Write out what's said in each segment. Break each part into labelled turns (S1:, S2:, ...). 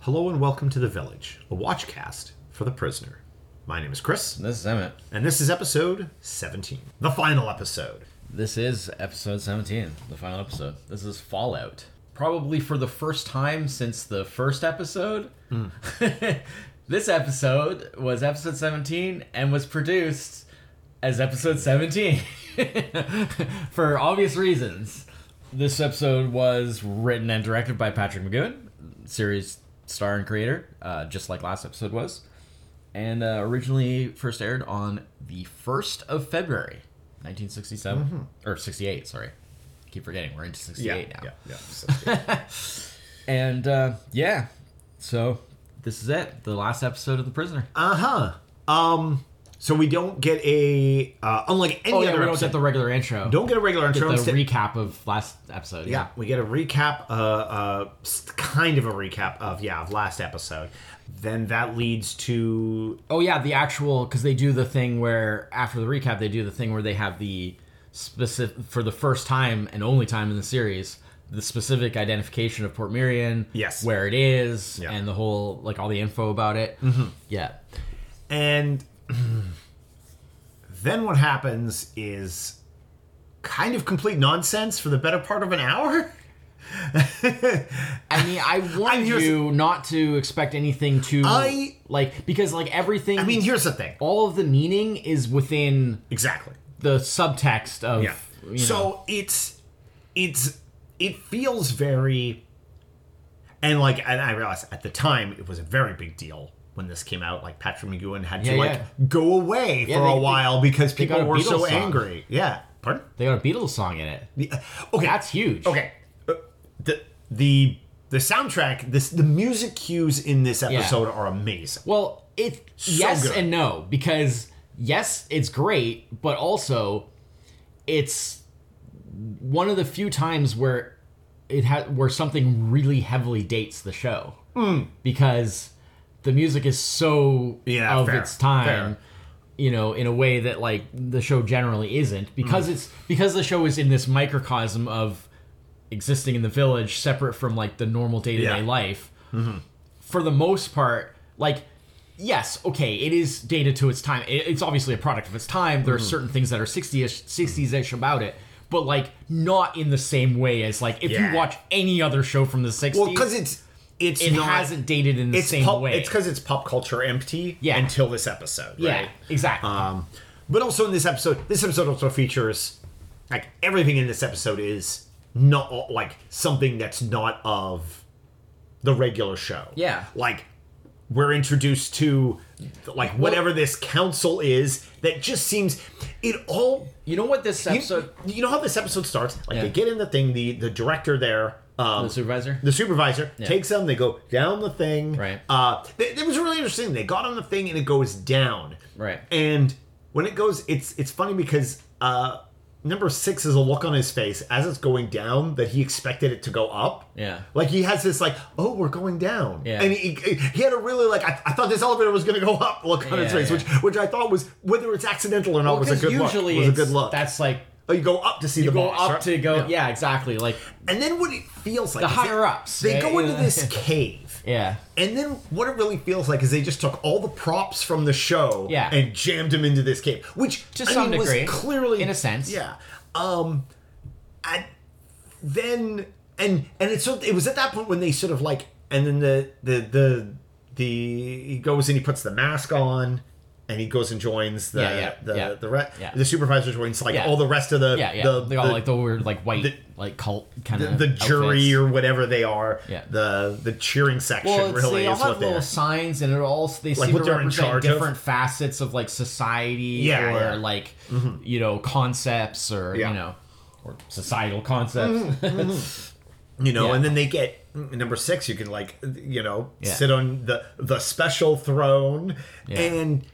S1: Hello and welcome to The Village, a watchcast for the prisoner. My name is Chris,
S2: This is Emmett.
S1: and this is episode 17, the final episode.
S2: This is episode 17, the final episode. This is Fallout. Probably for the first time since the first episode. this episode was episode 17 and was produced as episode 17 for obvious reasons. This episode was written and directed by Patrick McGowan, series star and creator, uh, just like last episode was, and uh, originally first aired on the 1st of February, 1967. Or 68, sorry. Keep forgetting, we're into 68 now.
S1: yeah, yeah. So-
S2: And uh, yeah, so this is it. The last episode of The Prisoner.
S1: uh-huh. Um, so we don't get a, uh, unlike any
S2: oh, yeah,
S1: other
S2: we don't
S1: episode,
S2: get the regular intro.
S1: don't get a regular
S2: get
S1: intro.
S2: the
S1: instead-
S2: recap of last episode.
S1: yeah, we get a recap, uh, uh, s- kind of a recap of, yeah, of last episode. Then that leads to,
S2: Oh yeah, the actual because they do the thing where after the recap they do the thing where they have the specific for the first time and only time in the series the specific identification of Port Mirian,
S1: Yes.
S2: where it is,
S1: Yeah.
S2: and the whole like all the info about it. Mm-hmm. Yeah,
S1: and then what happens is kind of complete nonsense for the better part of an hour.
S2: I mean, I
S1: mean,
S2: warned
S1: here's-
S2: you not to expect anything to
S1: I-
S2: like because like everything.
S1: I mean, here's the thing.
S2: all of the meaning is within
S1: Exactly.
S2: the subtext of.
S1: Yeah.
S2: you
S1: so
S2: know.
S1: it's it's it feels very and like and I realized at the time it was a very big deal when this came out. Like Patrick McGowan had to
S2: Yeah,
S1: like
S2: yeah.
S1: go away for
S2: they-
S1: a
S2: they-
S1: while because people
S2: got a
S1: were
S2: Beatles
S1: so
S2: song.
S1: angry. Yeah. Pardon?
S2: they got a Beatles song in it.
S1: Yeah. Okay.
S2: That's huge.
S1: okay Uh, the the the soundtrack this the music cues in this episode are amazing
S2: Well, it yes
S1: good.
S2: and no because yes, it's great, but also it's one of the few times where it ha- where something really heavily dates the show
S1: Hmm.
S2: because the music is so
S1: Yeah,
S2: of
S1: fair,
S2: its time.
S1: fair.
S2: You know, in a way that like the show generally isn't,
S1: Hmm.
S2: because it's because the show is in this microcosm of existing in the village, separate from like the normal day to day
S1: Yeah. Mm-hmm.
S2: life for the most part, like, yes, okay, it is dated to its time. It- it's obviously a product of its time. There are
S1: Mm-hmm.
S2: certain things that are 60-ish, 60s-ish about it, but, like, not in the same way as, like, if
S1: Yeah.
S2: you watch any other show from the 60s,
S1: well because it's it's
S2: it
S1: not,
S2: hasn't dated in the
S1: it's
S2: same
S1: pop,
S2: way.
S1: it's because it's pop culture empty
S2: Yeah.
S1: until this episode right?
S2: yeah, exactly.
S1: um but also in this episode this episode also features like everything in this episode is not like something that's not of the regular show
S2: Yeah.
S1: like we're introduced to like whatever this council is that just seems it all
S2: you know what this
S1: You-
S2: episode...
S1: you, know how this episode starts? Like
S2: Yeah.
S1: they get in the thing, the the director there, um,
S2: the supervisor?
S1: the supervisor takes them. They go down the thing.
S2: Right.
S1: Uh, they- it was really interesting. They got on the thing and it goes down.
S2: Right.
S1: And when it goes, it's it's funny because uh, number six is a look on his face as it's going down that he expected it to go up.
S2: Yeah.
S1: Like he has this like, oh, we're going down.
S2: Yeah.
S1: And he, he he had a really like, I, I thought this elevator was going to go up look on his
S2: Yeah,
S1: face,
S2: yeah.
S1: which which I thought was whether it's accidental or not was a
S2: Because
S1: good
S2: usually
S1: look. Was a
S2: it's-
S1: good look.
S2: that's, like,
S1: Oh, you go up to see the
S2: go
S1: boss,
S2: up
S1: right?
S2: to go... Yeah. exactly. Like,
S1: And then what it feels like
S2: The
S1: is
S2: higher-ups,
S1: They, they
S2: yeah,
S1: go into
S2: yeah.
S1: this cave.
S2: yeah.
S1: And then what it really feels like is they just took all the props from the show
S2: Yeah.
S1: and jammed them into this cave, which
S2: To
S1: I
S2: some
S1: mean, was
S2: degree,
S1: clearly
S2: in a sense.
S1: yeah. Um, and then and and it's so it was at that point when they sort of like and then the the the the he goes and he puts the mask on and he goes and joins the
S2: Yeah, yeah,
S1: the
S2: yeah.
S1: the re-
S2: Yeah.
S1: the supervisor joins like
S2: Yeah.
S1: all the rest of the
S2: Yeah, yeah.
S1: the,
S2: they got,
S1: the-
S2: like, the weird, like, white, like, cult kind
S1: the,
S2: of
S1: the jury or whatever they are.
S2: Yeah.
S1: The the cheering section
S2: Well, it's,
S1: really
S2: they all
S1: is what
S2: have
S1: they
S2: little
S1: are.
S2: signs, and it all they
S1: Like,
S2: seem
S1: what
S2: to
S1: they're in
S2: represent
S1: charge of.
S2: different facets of like society
S1: Yeah,
S2: or
S1: yeah. Mm-hmm.
S2: like you know concepts or
S1: Yeah. Mm-hmm.
S2: you know or societal concepts.
S1: You know,
S2: yeah.
S1: and then they get number six. You can like you know
S2: Yeah.
S1: sit on the the special throne,
S2: Yeah.
S1: and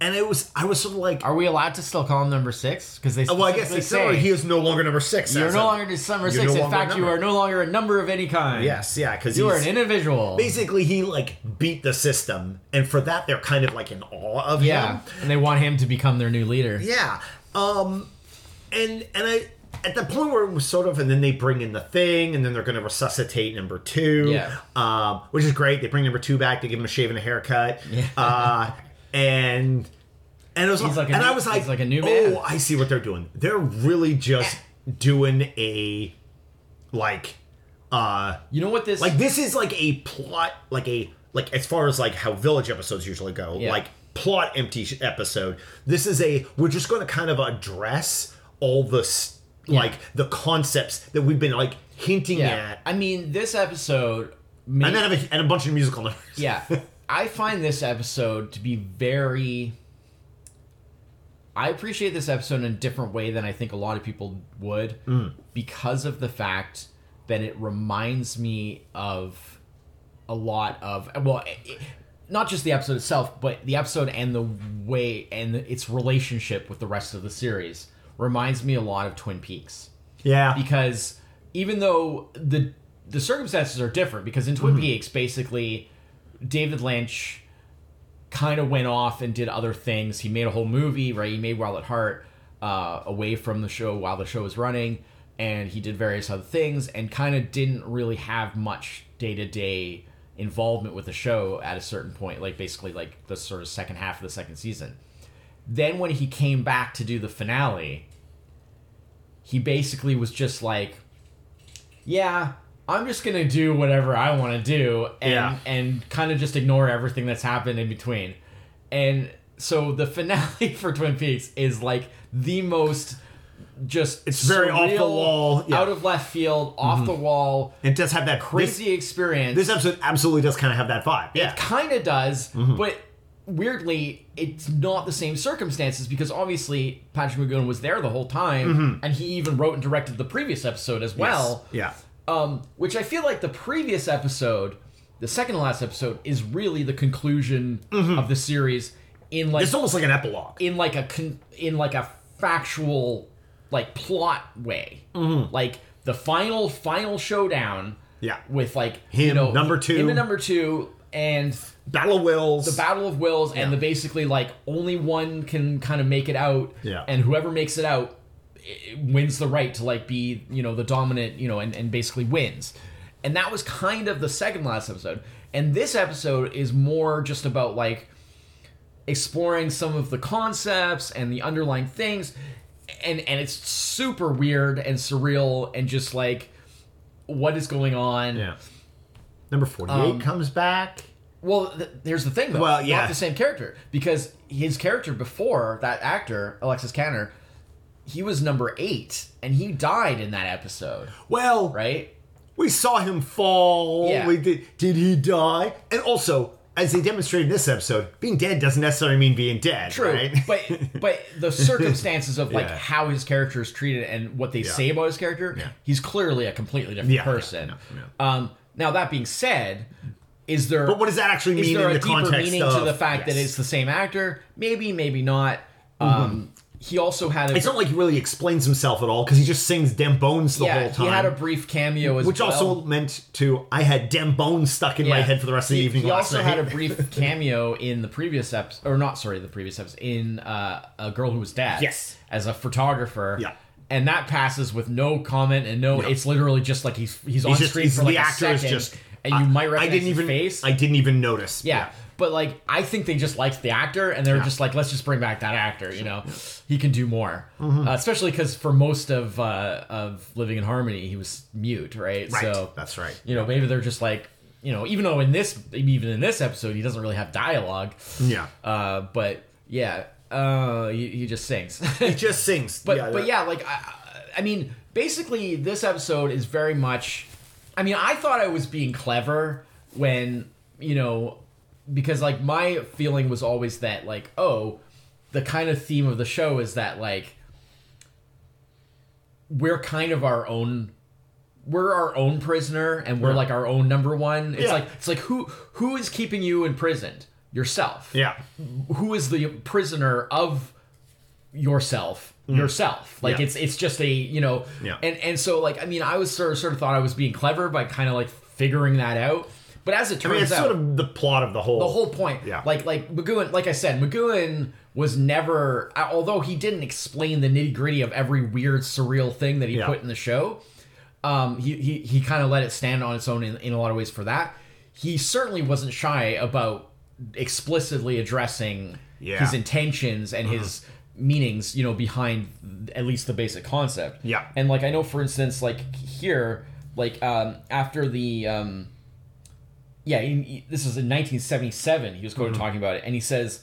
S1: and it was I was sort of like,
S2: Are we allowed to still call him number six? Because they
S1: Uh, well, I guess they
S2: specifically
S1: say
S2: say
S1: he is no longer number six.
S2: you're
S1: as
S2: no
S1: of-
S2: longer just number
S1: You're
S2: six.
S1: no
S2: In
S1: longer a
S2: fact, you
S1: number.
S2: are no longer a number of any kind.
S1: yes, yeah, because
S2: you are an individual.
S1: basically he like beat the system, and for that they're kind of like in awe of him.
S2: Yeah, and they want him to become their new leader.
S1: Yeah. Um and and I at the point where it was sort of, and then they bring in the thing, and then they're going to resuscitate number two,
S2: Yeah.
S1: um, which is great. They bring number two back, they give him a shave and a haircut,
S2: Yeah.
S1: uh, and and it was
S2: He's like a
S1: and
S2: new-
S1: I was like,
S2: he's like a new
S1: oh,
S2: man."
S1: I see what they're doing. They're really just doing a like, uh,
S2: You know what this
S1: like this is like a plot, like a like as far as like how village episodes usually go,
S2: Yeah.
S1: like plot empty sh- episode. This is a we're just going to kind of address all the s like the concepts that we've been like hinting
S2: yeah.
S1: at,
S2: I mean, this episode made,
S1: and then have a, and a bunch of musical numbers.
S2: yeah, I find this episode to be very. I appreciate this episode in a different way than I think a lot of people would because of the fact that it reminds me of a lot of well it, it- not just the episode itself but the episode and the way and its relationship with the rest of the series reminds me a lot of Twin Peaks.
S1: yeah,
S2: because even though the the circumstances are different because in Twin Peaks basically David Lynch kind of went off and did other things. He made a whole movie, right? He made Wild at Heart uh, away from the show while the show was running, and he did various other things and kind of didn't really have much day to day involvement with the show at a certain point, like basically like the sort of second half of the second season. Then when he came back to do the finale, he basically was just like, "Yeah, I'm just gonna do whatever I want to do, and
S1: Yeah.
S2: and kind of just ignore everything that's happened in between." And so the finale for Twin Peaks is like the most just
S1: It's very off the
S2: surreal,
S1: wall, yeah. Mm-hmm.
S2: out of left field, off the wall,
S1: it does have that
S2: crazy experience.
S1: This, this episode absolutely does kind of have that vibe. Yeah,
S2: It kind of does,
S1: Mm-hmm.
S2: but weirdly, it's not the same circumstances because obviously Patrick McGoon was there the whole time,
S1: Mm-hmm.
S2: and he even wrote and directed the previous episode as well.
S1: yeah.
S2: Um, which I feel like the previous episode, the second to last episode, is really the conclusion of the series in like
S1: Mm-hmm. It's almost like an epilogue.
S2: in like a con- in like a factual like plot way like the final final showdown
S1: Mm-hmm. Yeah.
S2: with like you
S1: Him,
S2: know
S1: number two.
S2: him and number two and
S1: Battle of Wills.
S2: the battle of wills and the basically like only one can kind of make it out
S1: Yeah.
S2: and whoever makes it out i- wins the right to like be you know the dominant you know and, and basically wins and that was kind of the second last episode and this episode is more just about like exploring some of the concepts and the underlying things and and it's super weird and surreal and just like what is going on
S1: yeah. Number forty-eight
S2: Um,
S1: comes back.
S2: well, th- here's the thing, though.
S1: Well,
S2: Not
S1: yeah.
S2: the same character. Because his character before, that actor, Alexis Canner, he was number eight, and he died in that episode,
S1: Well,
S2: right?
S1: We saw him fall.
S2: Yeah.
S1: We did, did he die? And also, as they demonstrated in this episode, being dead doesn't necessarily mean being dead. Right?
S2: But but the circumstances of like
S1: Yeah.
S2: how his character is treated and what they say about his character,
S1: Yeah.
S2: he's clearly a completely different
S1: Yeah, yeah,
S2: person.
S1: yeah,
S2: Um, now that being said, is there
S1: But what does that actually
S2: is
S1: mean
S2: there
S1: in
S2: a
S1: the
S2: deeper
S1: context
S2: meaning
S1: of
S2: to the fact that
S1: Yes. Mm-hmm.
S2: it's the same actor? Maybe, maybe not. Um, He also had a
S1: It's not like he really explains himself at all because he just sings "Dem Bones" the whole time,
S2: He had a brief cameo as
S1: which
S2: well.
S1: also meant to I had "Dem Bones" stuck in my
S2: Yeah.
S1: head for the rest of the
S2: He-
S1: evening.
S2: He
S1: last
S2: also
S1: night.
S2: had a brief cameo in the previous episode, or not sorry, the previous episode in uh, a girl who was dad.
S1: Yes.
S2: as a photographer.
S1: Yeah.
S2: And that passes with no comment and no. It's literally just like he's he's, on
S1: just-
S2: screen
S1: he's-
S2: for like
S1: the
S2: a
S1: actor
S2: second,
S1: is just-
S2: and you might
S1: I
S2: recognize
S1: didn't even
S2: his face.
S1: I didn't even notice.
S2: yeah. but like I think they just liked the actor and they were just like, let's just bring back that actor. You know, he can do more.
S1: Mm-hmm.
S2: Uh, especially because for most of uh, of Living in Harmony, he was mute, right?
S1: Right.
S2: So
S1: That's right.
S2: you know maybe they're just like you know even though in this even in this episode he doesn't really have dialogue
S1: Yeah.
S2: uh but yeah uh he, he just sings
S1: He just sings.
S2: but but yeah like I, I- I mean basically this episode is very much i mean i thought i was being clever when you know because like my feeling was always that like oh the kind of theme of the show is that like we're kind of our own we're our own prisoner and we're like our own number one it's
S1: Yeah.
S2: like it's like who who is keeping you imprisoned yourself
S1: yeah.
S2: who is the prisoner of yourself yourself like
S1: Mm. Yeah.
S2: it's it's just a you know
S1: Yeah.
S2: and and so like i mean i was sort of, sort of thought i was being clever by kind of like figuring that out But as it
S1: I mean,
S2: turns
S1: it's
S2: out,
S1: sort of the plot of the whole.
S2: the whole point.
S1: Yeah.
S2: Like like Maguin, like I said, Maguin was never although he didn't explain the nitty gritty of every weird surreal thing that he
S1: Yeah.
S2: put in the show. Um, he he, he kind of let it stand on its own in, in a lot of ways for that. He certainly wasn't shy about explicitly addressing
S1: Yeah.
S2: his intentions and his meanings, you know, behind at least the basic concept.
S1: Yeah.
S2: And like I know for instance like here like um after the um yeah, in, this was in 1977. He was quoted talking about it, and he says,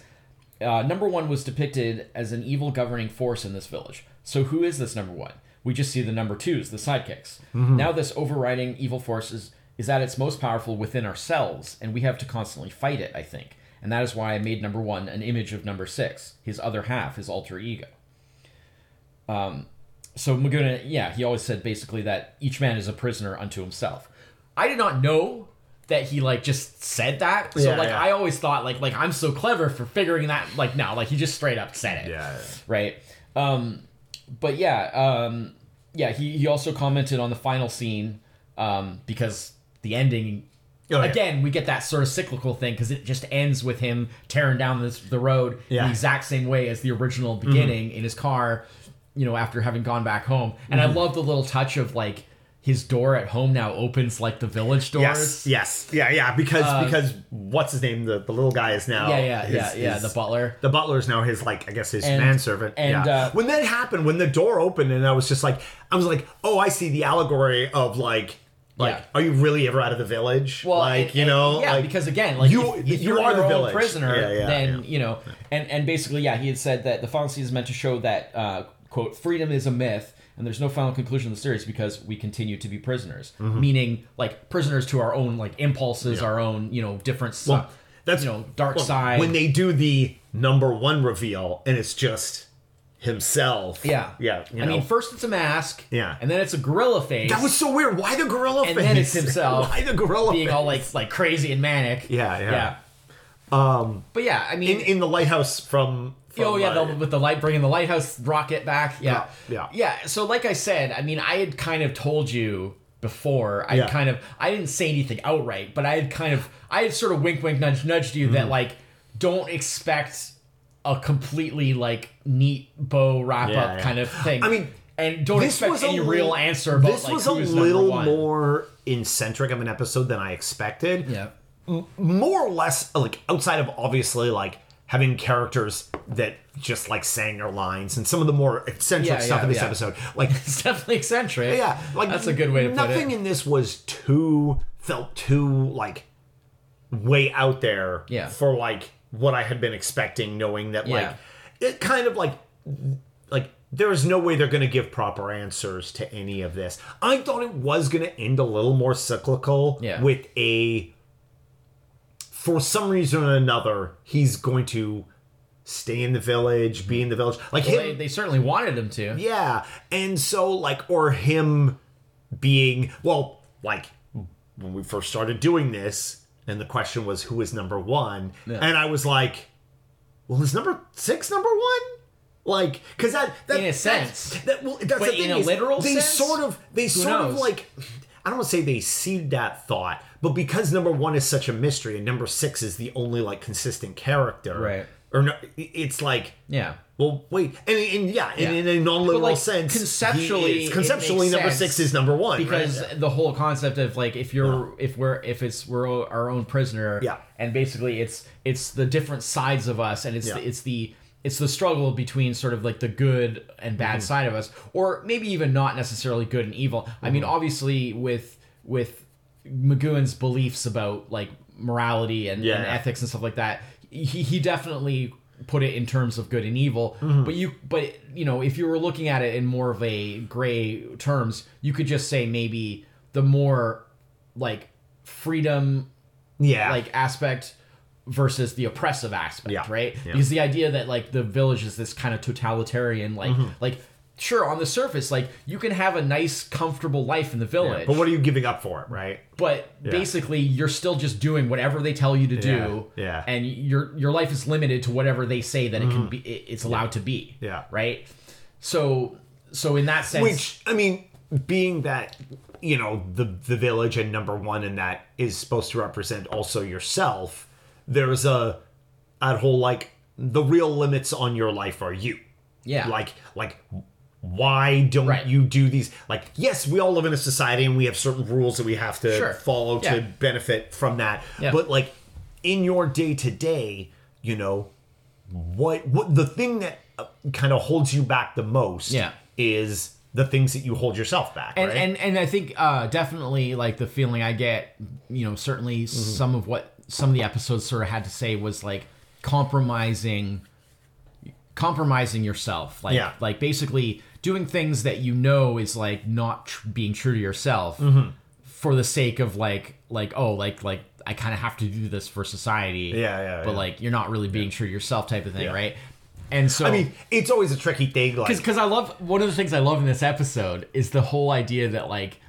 S2: uh, "Number one was depicted as an evil governing force in this village. So who is this number one? We just see the number twos, the sidekicks. Now this overriding evil force is is at its most powerful within ourselves, and we have to constantly fight it. I think, and that is why I made number one an image of number six, his other half, his alter ego." so Maguna, yeah, he always said basically that each man is a prisoner unto himself. I did not know that he like just said that. So
S1: Yeah,
S2: like
S1: yeah.
S2: I always thought like like I'm so clever for figuring that like no, like he just straight up said it.
S1: Yeah.
S2: Right. Um but yeah, um yeah, he, he also commented on the final scene, um, because the ending
S1: Oh, yeah.
S2: again, we get that sort of cyclical thing because it just ends with him tearing down this, the road in
S1: Yeah. Mm-hmm.
S2: the exact same way as the original beginning in his car, you know, after having gone back home. And
S1: Mm-hmm.
S2: I love the little touch of like his door at home now opens like the village doors.
S1: Yes, yes, yeah, yeah. Because because what's his name? The the little guy is now.
S2: Uh, Yeah, yeah,
S1: Oh, his-
S2: yeah, yeah.
S1: his-
S2: the butler.
S1: the butler is now his like I guess his
S2: And-
S1: manservant.
S2: and,
S1: yeah.
S2: uh,
S1: when that happened, when the door opened, and I was just like, I was like, oh, I see the allegory of like, like,
S2: Yeah.
S1: are you really ever out of the village?
S2: Well,
S1: like
S2: and-
S1: you
S2: and-
S1: know,
S2: yeah,
S1: like,
S2: because again, like
S1: you-
S2: if, if
S1: you
S2: you're
S1: are
S2: your
S1: the
S2: own
S1: village.
S2: prisoner,
S1: Yeah, yeah,
S2: then
S1: yeah.
S2: you know, and and basically, yeah, he had said that the final season is meant to show that uh, quote freedom is a myth, and there's no final conclusion of the series because we continue to be prisoners,
S1: Mm-hmm.
S2: meaning like prisoners to our own like impulses, our own you know different si-
S1: Well, that's-
S2: you know dark
S1: well,
S2: side.
S1: when they do the number one reveal, and it's just himself.
S2: yeah,
S1: yeah. you
S2: I
S1: know.
S2: mean, first it's a mask,
S1: Yeah.
S2: and then it's a gorilla face.
S1: that was so weird. Why the gorilla
S2: and
S1: face?
S2: then it's himself
S1: Why the gorilla
S2: being
S1: face?
S2: all like like crazy and manic.
S1: Yeah, yeah.
S2: Um, but yeah, I mean,
S1: in, in the lighthouse from. from
S2: oh yeah,
S1: uh, Oh,
S2: the, with the light bringing the lighthouse rocket back. Yeah.
S1: Yeah,
S2: yeah. So like I said, I mean, I had kind of told you before. I
S1: Yeah.
S2: kind of I didn't say anything outright, but I had kind of I had sort of wink, wink, nudge, nudged you
S1: Mm.
S2: that like don't expect a completely like neat bow wrap
S1: Yeah,
S2: up
S1: yeah.
S2: kind of thing.
S1: I mean,
S2: and don't expect any real
S1: li-
S2: answer about
S1: this
S2: like,
S1: was a
S2: who is number
S1: little
S2: one.
S1: more eccentric of an episode than I expected.
S2: Yeah.
S1: More or less, like outside of obviously like having characters that just like sang their lines and some of the more eccentric
S2: Yeah,
S1: stuff
S2: yeah,
S1: in this
S2: yeah.
S1: episode, like
S2: It's definitely eccentric.
S1: yeah, like
S2: that's a good way to put
S1: nothing
S2: it.
S1: in this was too felt too like way out there
S2: Yeah.
S1: for like what I had been expecting, knowing that like
S2: Yeah.
S1: it kind of like like there is no way they're going to give proper answers to any of this. I thought it was going to end a little more cyclical
S2: Yeah.
S1: with a for some reason or another he's going to stay in the village, be in the village. Like him,
S2: They, they certainly wanted him to.
S1: yeah. And so, like, or him being, well, like, when we first started doing this, and the question was, who is number one?
S2: Yeah.
S1: And I was like, well, is number six number one? Like, because that, that
S2: In a
S1: that's-
S2: sense.
S1: that well, that's
S2: But
S1: the thing
S2: in a
S1: is,
S2: literal
S1: they
S2: sense?
S1: sort of they sort of
S2: knows?
S1: like I don't want to say they seed that thought, but because number one is such a mystery and number six is the only like consistent character,
S2: Right.
S1: Or no, it's like
S2: Yeah.
S1: well, wait, and, and yeah, and
S2: Yeah.
S1: in a non-literal
S2: But, like,
S1: sense,
S2: conceptually,
S1: he is.
S2: it
S1: conceptually,
S2: makes
S1: number
S2: sense
S1: six is number one
S2: because
S1: right?
S2: the whole concept of like if you're if we're if it's we're o- our own prisoner
S1: Yeah.
S2: and basically it's it's the different sides of us and it's
S1: Yeah.
S2: the, it's the it's the struggle between sort of like the good and
S1: Mm-hmm.
S2: bad side of us or maybe even not necessarily good and evil i
S1: Mm-hmm.
S2: mean obviously with with mcgowan's beliefs about like morality and,
S1: Yeah,
S2: and
S1: yeah.
S2: ethics and stuff like that he, he definitely put it in terms of good and evil
S1: Mm-hmm.
S2: but you but you know if you were looking at it in more of a gray terms you could just say maybe the more like freedom
S1: yeah,
S2: like aspect versus the oppressive aspect,
S1: Yeah.
S2: right?
S1: Yeah.
S2: Because the idea that like the village is this kind of totalitarian, like
S1: Mm-hmm.
S2: like sure on the surface, like you can have a nice, comfortable life in the village,
S1: but what are you giving up for it, right?
S2: but basically you're still just doing whatever they tell you to do,
S1: Yeah. Yeah.
S2: and your your life is limited to whatever they say that it can be, it- it's allowed to be,
S1: Yeah.
S2: right? So so in that sense,
S1: Which I mean, being that you know the the village and number one and that is supposed to represent also yourself there's a that whole like the real limits on your life are you
S2: Yeah.
S1: like like why don't
S2: Right.
S1: you do these like yes we all live in a society and we have certain rules that we have to
S2: Sure.
S1: follow
S2: Yeah.
S1: to benefit from that
S2: Yeah.
S1: but like in your day to day you know what what the thing that uh, kind of holds you back the most
S2: Yeah.
S1: is the things that you hold yourself back
S2: and,
S1: right?
S2: and and I think uh, definitely like the feeling I get, you know,
S1: Mm-hmm.
S2: certainly some of what some of the episodes sort of had to say was like compromising, compromising yourself, like
S1: Yeah.
S2: like basically doing things that you know is like not tr- being true to yourself
S1: Mm-hmm.
S2: for the sake of like like oh like like I kind of have to do this for society,
S1: Yeah, yeah,
S2: but
S1: yeah.
S2: like you're not really being true to yourself type of thing, right? And so
S1: i mean it's always a tricky thing like
S2: because I love one of the things I love in this episode is the whole idea that like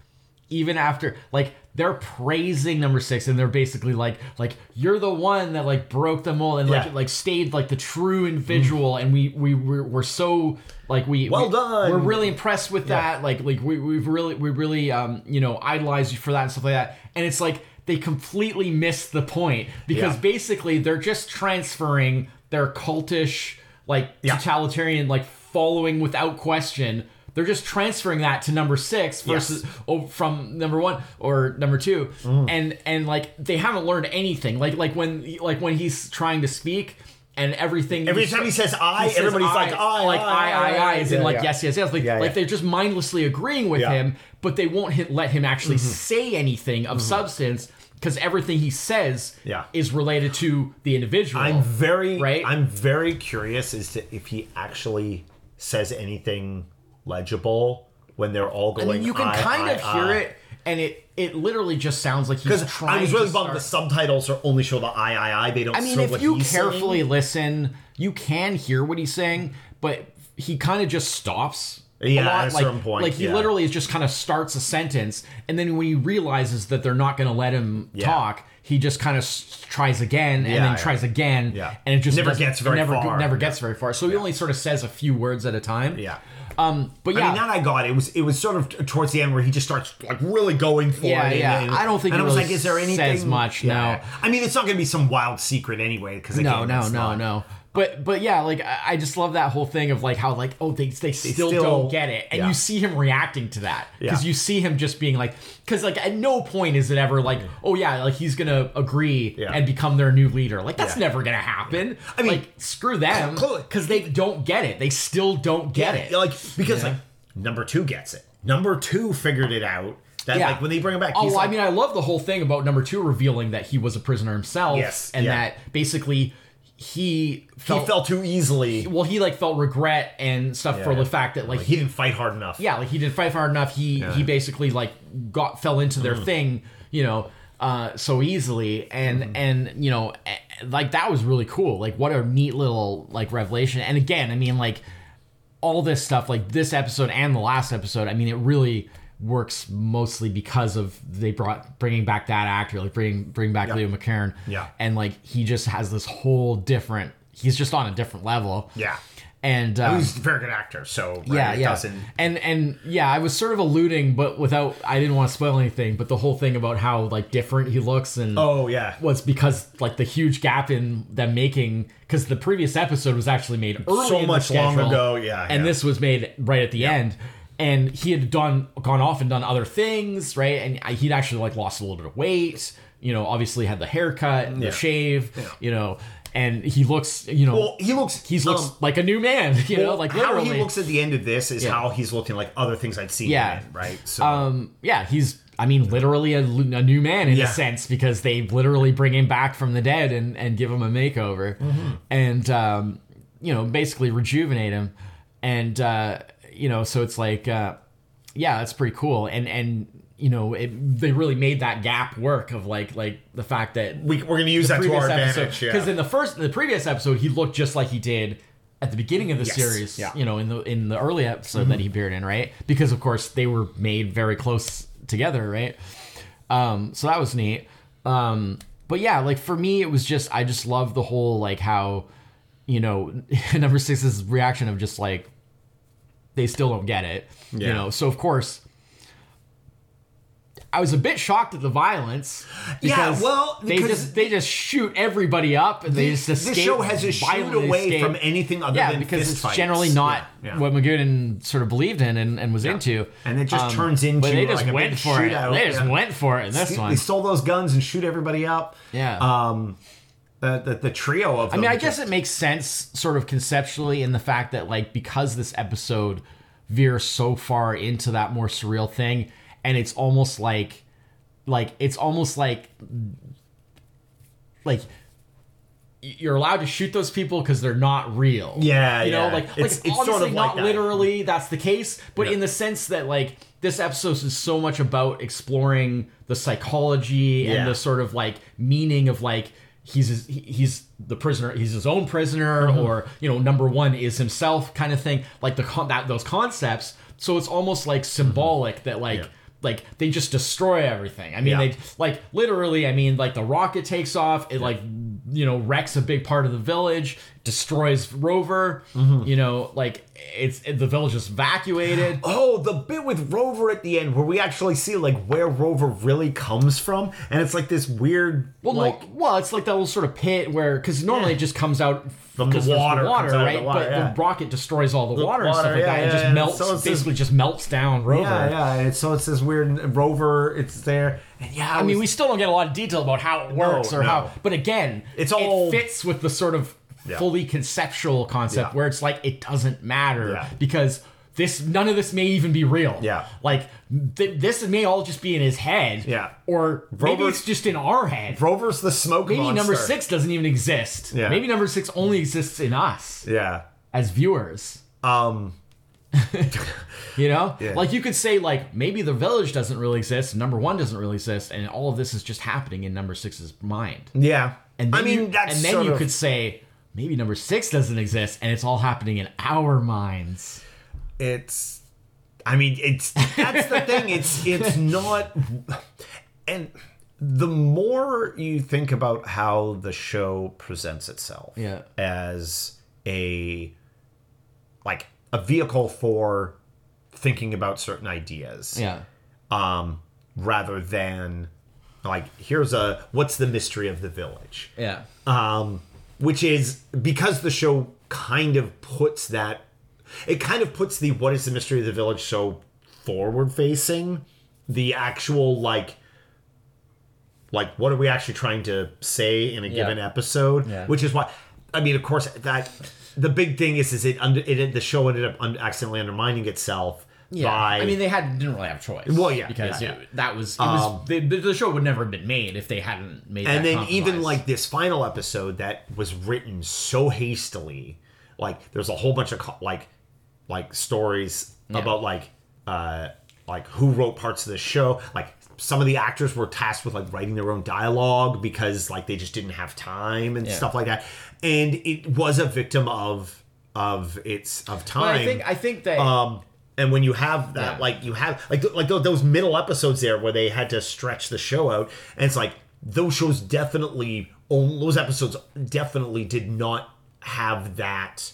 S2: even after like they're praising number six and they're basically like like you're the one that like broke the mold and
S1: Yeah.
S2: like like stayed like the true individual and we we we're, we're so like we
S1: Well
S2: we-
S1: done.
S2: we're really impressed with that like like we we've really we really um you know idolized you for that and stuff like that and it's like they completely missed the point because
S1: Yeah.
S2: basically they're just transferring their cultish like
S1: Yeah.
S2: totalitarian like following without question they're just transferring that to number six versus oh, from number one or number two
S1: Mm.
S2: and and like they haven't learned anything like like when like when he's trying to speak and everything
S1: every
S2: he's-
S1: time he says i
S2: he says
S1: everybody's like i
S2: like I, I, I, is in
S1: Yeah,
S2: like
S1: yeah.
S2: yes, yes, yes. Like,
S1: Yeah,
S2: like
S1: yeah.
S2: they're just mindlessly agreeing with
S1: Yeah. Mm-hmm.
S2: him, but they won't hit, let him actually say anything of substance because everything he says
S1: Yeah.
S2: is related to the individual.
S1: I'm very
S2: right?
S1: I'm very curious as to if he actually says anything legible when they're all going.
S2: I mean, you can
S1: "I,
S2: kind of
S1: I,
S2: hear
S1: I."
S2: it, and it it literally just sounds like he's
S1: 'Cause
S2: trying.
S1: I was really
S2: to
S1: bummed
S2: start-
S1: the subtitles are only show the I I I. They don't.
S2: I mean,
S1: show
S2: if
S1: what
S2: you
S1: he's
S2: carefully
S1: saying.
S2: listen, you can hear what he's saying, but he kind of just stops. a
S1: Yeah,
S2: lot.
S1: at a
S2: like,
S1: certain point,
S2: Like he
S1: yeah.
S2: literally is just kind of starts a sentence, and then when he realizes that they're not going to let him talk, he just kind of s- tries again, and
S1: Yeah,
S2: then
S1: yeah.
S2: tries again,
S1: Yeah.
S2: and it just
S1: Never
S2: doesn't-
S1: gets very
S2: never,
S1: far.
S2: Never gets very far. So he only sort of says a few words at a time.
S1: yeah.
S2: Um. But
S1: I
S2: yeah,
S1: mean, that I got. It was it was sort of t- towards the end where he just starts like really going for
S2: Yeah,
S1: it. and-
S2: yeah.
S1: and-
S2: I don't think
S1: and
S2: he
S1: I was
S2: really
S1: like, is there
S2: says
S1: anything
S2: much,
S1: Yeah,
S2: no.
S1: yeah. I mean, it's not going to be some wild secret anyway. Because
S2: no no no no but but yeah like i I just love that whole thing of like how like oh they, they, still,
S1: still-
S2: don't get it and
S1: yeah.
S2: you see him reacting to that because
S1: Yeah.
S2: you see him just being like because like at no point is it ever like oh yeah like he's gonna agree
S1: Mm-hmm. Yeah.
S2: and become their new leader like that's
S1: Yeah.
S2: never gonna happen
S1: I mean,
S2: like screw them
S1: clearly-
S2: because they don't get it they still don't get it
S1: Yeah, Like because like number two gets it. Number two figured it out. That
S2: Yeah.
S1: like when they bring him back,
S2: Oh,
S1: he's
S2: well,
S1: like,
S2: I mean, I love the whole thing about number two revealing that he was a prisoner himself,
S1: Yes,
S2: and
S1: yeah.
S2: that basically he
S1: he fell too easily.
S2: well, he like felt regret and stuff for
S1: yeah.
S2: the fact that like
S1: Like he didn't fight hard enough.
S2: yeah, like he did fight hard enough. He he basically like got fell into
S1: Mm-hmm.
S2: their thing, you know, uh, so easily, and
S1: Mm-hmm.
S2: and you know, eh, like that was really cool. Like what a neat little like revelation. And again, I mean, like all this stuff, like this episode and the last episode. I mean, it really works mostly because of they brought bringing back that actor, like bringing bringing back Leo McCarron,
S1: Yeah.
S2: and like he just has this whole different. He's just on a different level.
S1: Yeah.
S2: And um,
S1: He's a very good actor, so right,
S2: yeah,
S1: it
S2: yeah.
S1: doesn't
S2: And and yeah, I was sort of alluding, but without I didn't want to spoil anything. But the whole thing about how like different he looks and
S1: Oh yeah.
S2: was because like the huge gap in them making because the previous episode was actually made early
S1: So
S2: in the
S1: much long
S2: schedule,
S1: ago, yeah,
S2: and
S1: yeah.
S2: this was made right at the end. And he had done gone off and done other things, right? And I- he'd actually like lost a little bit of weight. You know, obviously had the haircut, and
S1: Yeah.
S2: the shave. You know, and he looks. You know,
S1: Well he looks
S2: he's looks
S1: um,
S2: like a new man. You know,
S1: well,
S2: like
S1: how
S2: literally.
S1: he looks at the end of this is how he's looking like other things I'd seen.
S2: Yeah.
S1: him in, right. So
S2: um, yeah, he's I mean literally a, l- a new man in
S1: Yeah.
S2: a sense because they literally bring him back from the dead and and give him a makeover and um, you know basically rejuvenate him and uh, you know so it's like uh, yeah that's pretty cool and and you know it, they really made that gap work of like like the fact that
S1: we, we're gonna use that to
S2: previous
S1: our advantage.
S2: episode because
S1: Yeah.
S2: in the first in the previous episode he looked just like he did at the beginning of the
S1: Yes,
S2: series
S1: yeah. Mm-hmm.
S2: you know in the in the early episode that he appeared in right because of course they were made very close together right um so that was neat um but yeah like for me it was just i just love the whole like how you know number six's reaction of just like they still don't get it you
S1: Yeah.
S2: know so of course I was a bit shocked at the violence.
S1: Yeah,
S2: because
S1: well,
S2: they
S1: because-
S2: just they just shoot everybody up and they just escape.
S1: This show has a shoot
S2: violently
S1: away
S2: escape.
S1: from anything other
S2: yeah,
S1: than
S2: because
S1: fist
S2: it's
S1: fights.
S2: generally not
S1: Yeah, yeah.
S2: what McGoonan sort of believed in and, and was into.
S1: And it just
S2: Um,
S1: turns into
S2: But they just
S1: like a
S2: went
S1: big
S2: for
S1: shootout.
S2: it. They just
S1: Yeah.
S2: went for it in this
S1: They-
S2: one.
S1: They stole those guns and shoot everybody up.
S2: Yeah.
S1: Um, the the, the trio of.
S2: I mean, I guess it makes sense sort of conceptually in the fact that like because this episode veers so far into that more surreal thing and it's almost like like it's almost like like y- you're allowed to shoot those people because they're not real.
S1: Yeah,
S2: you know,
S1: yeah.
S2: like like
S1: It's- it's
S2: obviously
S1: sort of like
S2: not
S1: that.
S2: literally that's the case, but
S1: Yeah.
S2: in the sense that like this episode is so much about exploring the psychology
S1: Yeah.
S2: and the sort of like meaning of like he's his, he- he's the prisoner, he's his own prisoner,
S1: Mm-hmm.
S2: or you know, number one is himself kind of thing. Like the con- that those concepts. So it's almost like symbolic that like.
S1: Mm-hmm. Yeah.
S2: Like they just destroy everything. I mean,
S1: Yeah.
S2: they like literally i mean like the rocket takes off it like you know wrecks a big part of the village destroys rover
S1: Mm-hmm.
S2: you know like it's it, the village is evacuated
S1: Oh, the bit with Rover at the end where we actually see like where Rover really comes from, and it's like this weird
S2: well, no-
S1: like
S2: well, it's like that little sort of pit where, because normally it just comes out
S1: From the
S2: 'cause there's
S1: water,
S2: water,
S1: comes out of the
S2: right?
S1: water,
S2: but
S1: yeah.
S2: the rocket destroys all the, water and stuff
S1: water,
S2: like
S1: yeah,
S2: that. It
S1: yeah,
S2: just
S1: yeah.
S2: melts,
S1: So it's this-
S2: basically just melts down Rover.
S1: yeah yeah. And so it's this weird Rover. It's there, and yeah.
S2: I mean, we still don't get a lot of detail about how it works or
S1: no.
S2: how, but again,
S1: It's all-
S2: it fits with the sort of
S1: Yeah.
S2: fully conceptual concept
S1: Yeah.
S2: where it's like it doesn't matter
S1: Yeah.
S2: because this none of this may even be real.
S1: Yeah.
S2: like th- this may all just be in his head.
S1: Yeah.
S2: or maybe
S1: Rover-
S2: it's just in our head.
S1: Rover's the smoke
S2: maybe
S1: monster.
S2: number six doesn't even exist.
S1: Yeah.
S2: maybe number six only exists in us
S1: Yeah.
S2: as viewers.
S1: Um.
S2: You know,
S1: Yeah.
S2: like you could say like maybe the village doesn't really exist, number one doesn't really exist, and all of this is just happening in number six's mind.
S1: Yeah.
S2: And then
S1: I mean,
S2: you,
S1: that's
S2: and then
S1: sort
S2: you
S1: of-
S2: could say maybe number six doesn't exist, and it's all happening in our minds.
S1: it's i mean it's that's the thing it's it's not and the more you think about how the show presents itself
S2: Yeah.
S1: as a like a vehicle for thinking about certain ideas
S2: Yeah,
S1: um, rather than like here's a what's the mystery of the village
S2: yeah,
S1: um, which is because the show kind of puts that it kind of puts the what is the mystery of the village so forward facing the actual like like what are we actually trying to say in a
S2: Yeah.
S1: given episode
S2: Yeah.
S1: which is why i mean of course that the big thing is is it under it the show ended up un, accidentally undermining itself by
S2: I mean, they had didn't really have a choice.
S1: Well, yeah,
S2: because
S1: yeah, Um,
S2: it- that was it was they, the the show would never have been made if they hadn't made.
S1: and
S2: that
S1: then even
S2: compromise.
S1: like this final episode that was written so hastily like there's a whole bunch of co- like like stories about like uh like who wrote parts of the show like some of the actors were tasked with like writing their own dialogue because like they just didn't have time and
S2: Yeah.
S1: stuff like that and it was a victim of of its of time
S2: But I think I think that
S1: um, and when you have that,
S2: Yeah.
S1: like you have like th- like tho- those middle episodes there where they had to stretch the show out, and it's like those shows definitely, on- those episodes definitely did not have that.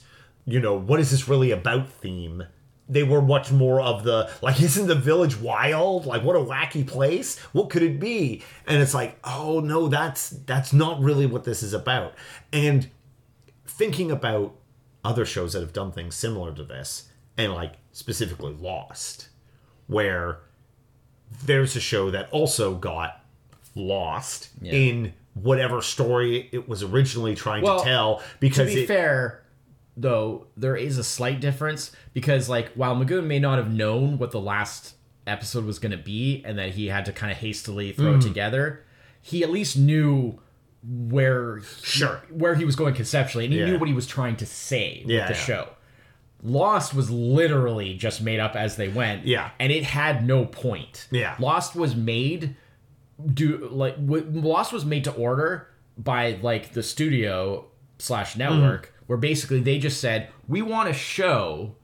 S1: You know, what is this really about? Theme. They were much more of the like, isn't the village wild? Like, what a wacky place! What could it be? And it's like, oh no, that's that's not really what this is about. And thinking about other shows that have done things similar to this and like specifically lost where there's a show that also got lost
S2: Yeah.
S1: in whatever story it was originally trying
S2: Well,
S1: to tell
S2: to
S1: because
S2: be
S1: it,
S2: fair though there is a slight difference because like while Magoon may not have known what the last episode was going to be and that he had to kind of hastily throw it
S1: Mm.
S2: together he at least knew where
S1: Sure.
S2: where he was going conceptually and he
S1: Yeah.
S2: knew what he was trying to say
S1: Yeah,
S2: with the
S1: yeah.
S2: show Lost was literally just made up as they went.
S1: Yeah.
S2: And it had no point.
S1: Yeah.
S2: Lost was made do like w- Lost was made to order by like the studio slash
S1: Mm-hmm.
S2: network, where basically they just said we want a show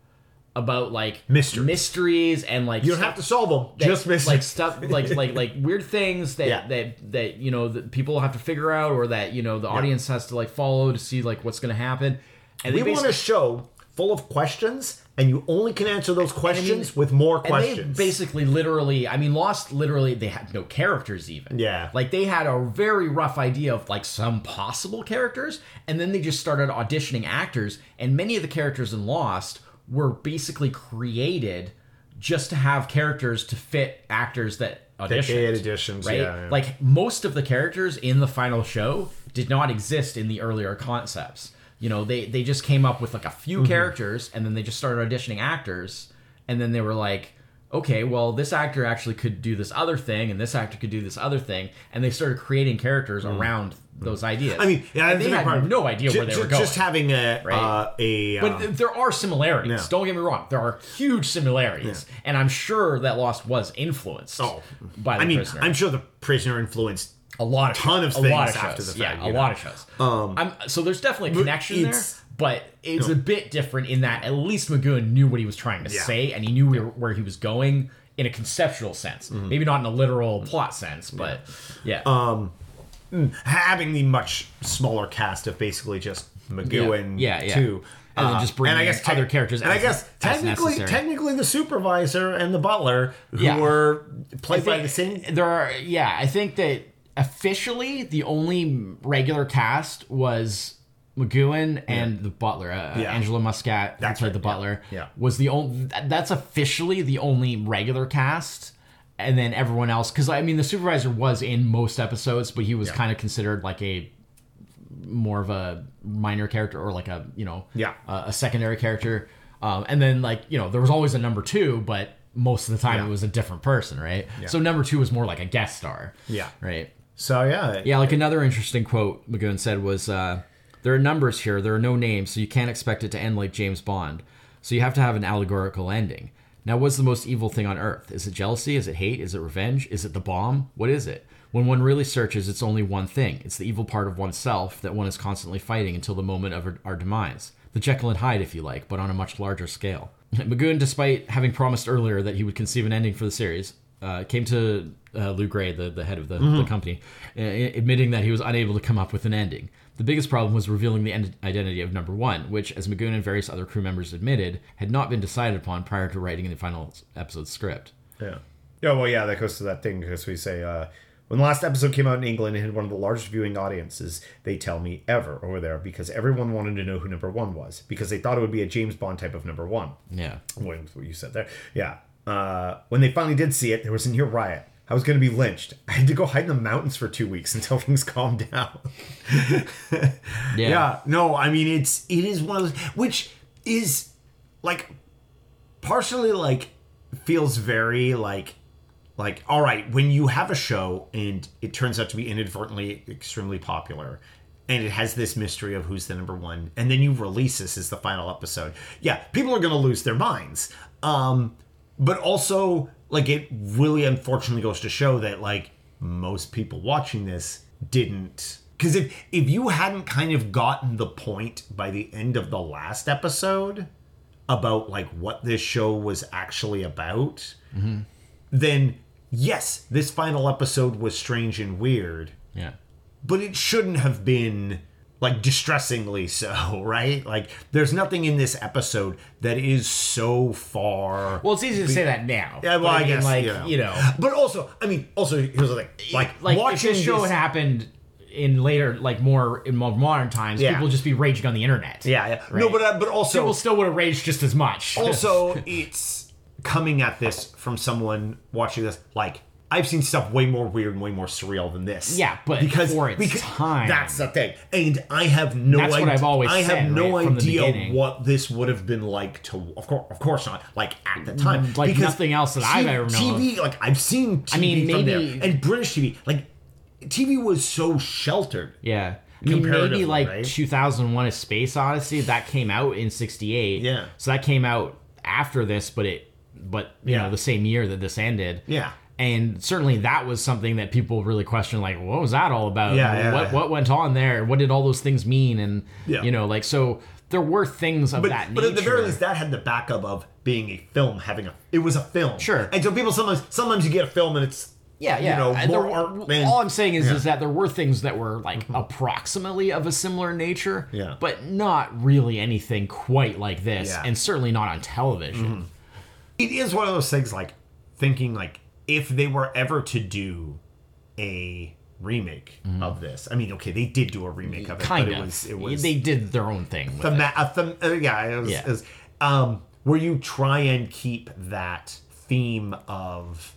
S2: about like
S1: Mysteries.
S2: mysteries and like
S1: you don't have to solve them just miss
S2: like stuff like like like weird things that
S1: Yeah.
S2: that that you know that people have to figure out or that you know the audience has to like follow to see like what's gonna happen. And
S1: we
S2: they
S1: want a show full of questions, and you only can answer those questions with more
S2: And they
S1: questions.
S2: basically literally, I mean, Lost literally, they had no characters even.
S1: Yeah.
S2: Like they had a very rough idea of like some possible characters, and then they just started auditioning actors, and many of the characters in Lost were basically created just to have characters to fit actors that auditioned.
S1: they had additions,
S2: right?
S1: yeah, yeah.
S2: Like most of the characters in the final show did not exist in the earlier concepts. You know, they they just came up with like a
S1: Mm-hmm.
S2: few characters and then they just started auditioning actors and then they were like, okay, well this actor actually could do this other thing and this actor could do this other thing and they started creating characters around those ideas.
S1: Mm-hmm. I mean, yeah,
S2: and
S1: that's
S2: they
S1: a big
S2: had
S1: part.
S2: no idea
S1: Ju-
S2: where they
S1: ju-
S2: were going.
S1: Just having a uh,
S2: Right.
S1: a
S2: but
S1: um,
S2: th- there are similarities.
S1: Yeah.
S2: Don't get me wrong. There are huge similarities, and I'm sure that Lost was influenced
S1: Oh.
S2: by the
S1: I mean,
S2: prisoner.
S1: I'm sure the prisoner influenced.
S2: a lot of
S1: ton of
S2: a lot
S1: things
S2: of
S1: after
S2: shows.
S1: the fact,
S2: Yeah, a
S1: you
S2: lot of shows. Um, I'm, so there's definitely a connection there,
S1: it's-
S2: but it's a bit different in that at least Magoon knew what he was trying to
S1: Yeah. Mm-hmm.
S2: say and he knew where, where he was going in a conceptual sense, maybe not in a literal plot sense, but yeah,
S1: Um, having the much smaller cast of basically just Magoo
S2: Yeah, yeah.
S1: two.
S2: And then
S1: Uh,
S2: just bringing in other
S1: tec-
S2: characters
S1: And I
S2: as-
S1: guess
S2: as
S1: technically,
S2: necessary.
S1: technically, the supervisor and the butler who
S2: Yeah.
S1: were played
S2: I
S1: by
S2: think
S1: the same.
S2: There are yeah, I think that officially the only regular cast was McGowan and the butler, uh,
S1: Yeah.
S2: Angela Muscat, who
S1: That's
S2: played
S1: right,
S2: the butler.
S1: yeah, yeah.
S2: was the only. That's officially the only regular cast. And then everyone else, because I mean, the supervisor was in most episodes, but he was kind of considered like a more of a minor character or like a you know
S1: Yeah.
S2: uh, a, a secondary character um, and then like you know there was always a number two but most of the time
S1: Yeah.
S2: it was a different person right so number two was more like a guest star
S1: Yeah.
S2: right
S1: So yeah,
S2: yeah like another interesting quote magoon said was uh, there are numbers here there are no names so you can't expect it to end like james bond so you have to have an allegorical ending now what's the most evil thing on earth is it jealousy is it hate is it revenge is it the bomb what is it when one really searches, it's only one thing. It's the evil part of oneself that one is constantly fighting until the moment of our, our demise. The Jekyll and Hyde, if you like, but on a much larger scale. Magoon, despite having promised earlier that he would conceive an ending for the series, uh, came to uh, Lou Gray, the, the head of the, the company, uh, admitting that he was unable to come up with an ending. The biggest problem was revealing the en- identity of Number One, which, as Magoon and various other crew members admitted, had not been decided upon prior to writing the final episode script.
S1: Yeah. Yeah, well, yeah, that goes to that thing because we say, uh, when the last episode came out in England, it had one of the largest viewing audiences, they tell me, ever over there because everyone wanted to know who number one was because they thought it would be a James Bond type of number one.
S2: Yeah.
S1: What what you said there. Yeah. Uh, when they finally did see it, there was a near riot. I was going to be lynched. I had to go hide in the mountains for two weeks until things calmed down.
S2: Yeah.
S1: no, I mean it's it is one of those which is like partially like feels very like like all right when you have a show and it turns out to be inadvertently extremely popular and it has this mystery of who's the number one and then you release this as the final episode yeah people are going to lose their minds um but also like it really unfortunately goes to show that like most people watching this didn't because if if you hadn't kind of gotten the point by the end of the last episode about like what this show was actually about then yes this final episode was strange and weird
S2: Yeah.
S1: but it shouldn't have been like distressingly so right like there's nothing in this episode that is so far
S2: Well, it's easy to say that now.
S1: yeah, well,
S2: but
S1: I,
S2: mean,
S1: guess
S2: like
S1: you know.
S2: you know,
S1: But also, I mean, also here's the thing: like,
S2: like
S1: watching
S2: if this show
S1: this-
S2: happened in later, like more in more modern times,
S1: Yeah.
S2: people would just be raging on the internet.
S1: yeah, yeah. no,
S2: Right.
S1: but uh, but also,
S2: people still would have raged just as much.
S1: also, it's coming at this from someone watching this. Like, I've seen stuff way more weird and way more surreal than this.
S2: Yeah, but for its time.
S1: that's the thing, and I have no.
S2: That's what
S1: idea,
S2: I've always
S1: I have
S2: said,
S1: no
S2: right, from the
S1: idea
S2: beginning.
S1: what this would have been like to. Of course, of course not. Like at the time,
S2: Mm, Like
S1: because
S2: nothing else that I've
S1: T-
S2: ever known
S1: TV, like I've seen TV
S2: mean,
S1: from
S2: maybe-
S1: there, and British TV, like TV was so sheltered.
S2: yeah. I mean,
S1: Comparatively,
S2: maybe like
S1: right?
S2: 2001: A Space Odyssey that came out in '68.
S1: Yeah.
S2: So that came out after this, but it, but you
S1: Yeah.
S2: know, the same year that this ended.
S1: Yeah.
S2: And certainly that was something that people really questioned, like, what was that all about?
S1: Yeah, yeah,
S2: what
S1: yeah.
S2: what went on there? What did all those things mean? And
S1: Yeah.
S2: you know, like, so there were things of
S1: But,
S2: that
S1: but
S2: nature.
S1: at the very least, that had the backup of being a film having a. It was a film.
S2: Sure.
S1: And so people sometimes sometimes you get a film and it's
S3: Yeah, yeah.
S1: you know,
S3: And
S1: more
S3: there-
S1: art than-
S3: all I'm saying is,
S1: Yeah. Mm-hmm.
S3: is that there were things that were like approximately of a similar nature,
S1: Yeah.
S3: but not really anything quite like this,
S1: Yeah. Mm-hmm.
S3: and certainly not on television.
S1: it is one of those things like thinking like if they were ever to do a remake
S3: Mm-hmm.
S1: of this i mean okay they did do a remake of it
S3: Kind
S1: but
S3: of.
S1: it was it was
S3: they did their own thing. With it.
S1: thema- a them- uh, yeah, it was,
S3: Yeah.
S1: it was- um where you try and keep that theme of